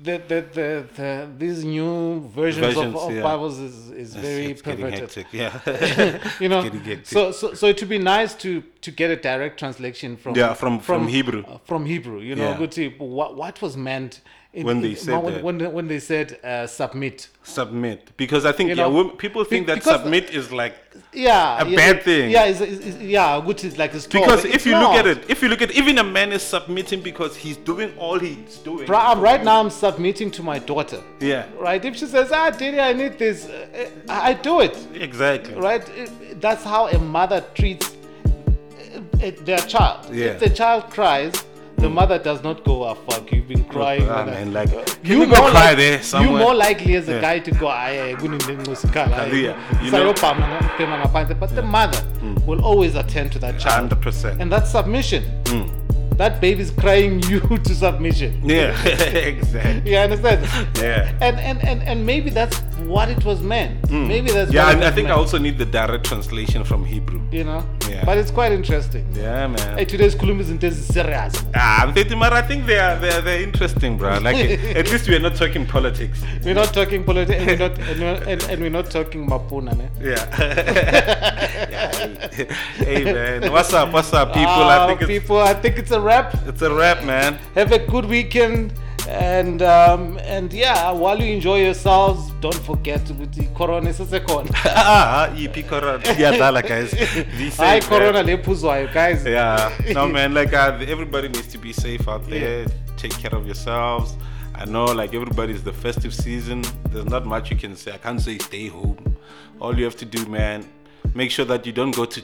Speaker 1: the, the, the, the these new versions, of,
Speaker 2: Versions,
Speaker 1: of
Speaker 2: yeah.
Speaker 1: Bibles is, is very
Speaker 2: it's getting
Speaker 1: perverted.
Speaker 2: hectic. Yeah,
Speaker 1: you know
Speaker 2: getting hectic.
Speaker 1: so, so so it would be nice to to get a direct translation from
Speaker 2: Yeah, from- from Hebrew.
Speaker 1: uh, from hebrew you know
Speaker 2: Yeah.
Speaker 1: good to- what what was meant in,
Speaker 2: When
Speaker 1: in-
Speaker 2: they said
Speaker 1: when,
Speaker 2: that.
Speaker 1: when, when they said uh, submit
Speaker 2: submit because I think
Speaker 1: You
Speaker 2: yeah,
Speaker 1: know,
Speaker 2: wom- people
Speaker 1: be-
Speaker 2: think that
Speaker 1: because-
Speaker 2: submit is like
Speaker 1: yeah
Speaker 2: A
Speaker 1: yeah,
Speaker 2: bad thing.
Speaker 1: yeah it's, it's, it's- yeah good is like a store,
Speaker 2: because
Speaker 1: but
Speaker 2: if
Speaker 1: it's
Speaker 2: you look at
Speaker 1: not.
Speaker 2: it, if you look at even a man is submitting because he's doing all he's doing.
Speaker 1: Bro, I'm- right now i'm submitting to my daughter
Speaker 2: Yeah,
Speaker 1: right if she says ah daddy i need this uh, uh, i I do it
Speaker 2: exactly.
Speaker 1: right? It- That's how a mother treats uh, uh, their child.
Speaker 2: Yeah.
Speaker 1: If the child cries, the mother does not go, "Ah, fuck, you've been crying."
Speaker 2: Ah,
Speaker 1: mother."
Speaker 2: man, like, can
Speaker 1: you
Speaker 2: we go
Speaker 1: more
Speaker 2: cry
Speaker 1: like-
Speaker 2: there somewhere?
Speaker 1: You more likely as a
Speaker 2: Yeah.
Speaker 1: guy to go, "Ah, "Aye, aye, kunindingusikhala, aye."
Speaker 2: Hallelujah. You know- Hmm.
Speaker 1: Sayopama na- pema ngaphandle. But the mother will always attend to that child,
Speaker 2: Hundred percent.
Speaker 1: and that's submission. That baby's crying you to submission.
Speaker 2: Hmm. Yeah, exactly.
Speaker 1: You understand?
Speaker 2: Yeah. Hmm.
Speaker 1: And, and, and, and maybe that's what it was meant. Maybe that's
Speaker 2: Yeah,
Speaker 1: what it
Speaker 2: and I
Speaker 1: was
Speaker 2: think I
Speaker 1: meant
Speaker 2: also need the direct translation from Hebrew.
Speaker 1: you know.
Speaker 2: Yeah.
Speaker 1: But it's quite interesting.
Speaker 2: Yeah, man.
Speaker 1: Hey, today's Kulum is intense serious.
Speaker 2: Ah, I'm thinking, but I think they are they are, they are interesting, bro. Like at least we are not talking politics.
Speaker 1: We're not talking politics, and we're not and we're, and, and we're not talking Mapuna. Ne?
Speaker 2: Yeah. Yeah, hey, hey, man, what's up? What's up, people?
Speaker 1: Ah,
Speaker 2: I think it's,
Speaker 1: people, I think it's a wrap.
Speaker 2: it's a wrap, man.
Speaker 1: Have a good weekend, and um, and yeah, while you enjoy yourselves, don't forget with the Corona is a corner.
Speaker 2: ah, ah, EP Corona. Yeah, Dala, guys. Be safe,
Speaker 1: Hi,
Speaker 2: man.
Speaker 1: Corona lepuzwayo, guys.
Speaker 2: Yeah. No, man. Like, uh, everybody needs to be safe out there. Take care of yourselves. I know, like, everybody's the festive season. There's not much you can say. I can't say stay home. All you have to do, man, make sure that you don't go to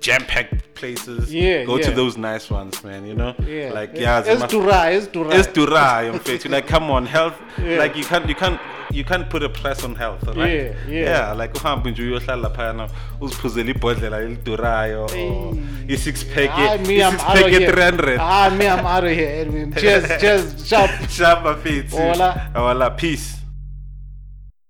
Speaker 2: jam-packed places.
Speaker 1: Yeah,
Speaker 2: Go to
Speaker 1: yeah.
Speaker 2: those nice ones, man. You know.
Speaker 1: Yeah.
Speaker 2: Like, yeah.
Speaker 1: it's
Speaker 2: Zuma-
Speaker 1: dura, it's dura.
Speaker 2: it's to rah, I'm fit. Like, come on, health.
Speaker 1: Yeah.
Speaker 2: Like, you can't, you can't, you can't put a price on health, all right?
Speaker 1: Yeah, yeah.
Speaker 2: Yeah, like, uhambe nje uyohlala phayana uziphuzele ibhodlela elidurayo or i-six pack,
Speaker 1: Ah, me, I'm
Speaker 2: i-six
Speaker 1: out of
Speaker 2: pack
Speaker 1: here.
Speaker 2: ye-300.
Speaker 1: Ah, me, I'm out of here, Edwin. Cheers, cheers, sharp.
Speaker 2: Sharp, my feet.
Speaker 1: Hola.
Speaker 2: Hola, peace.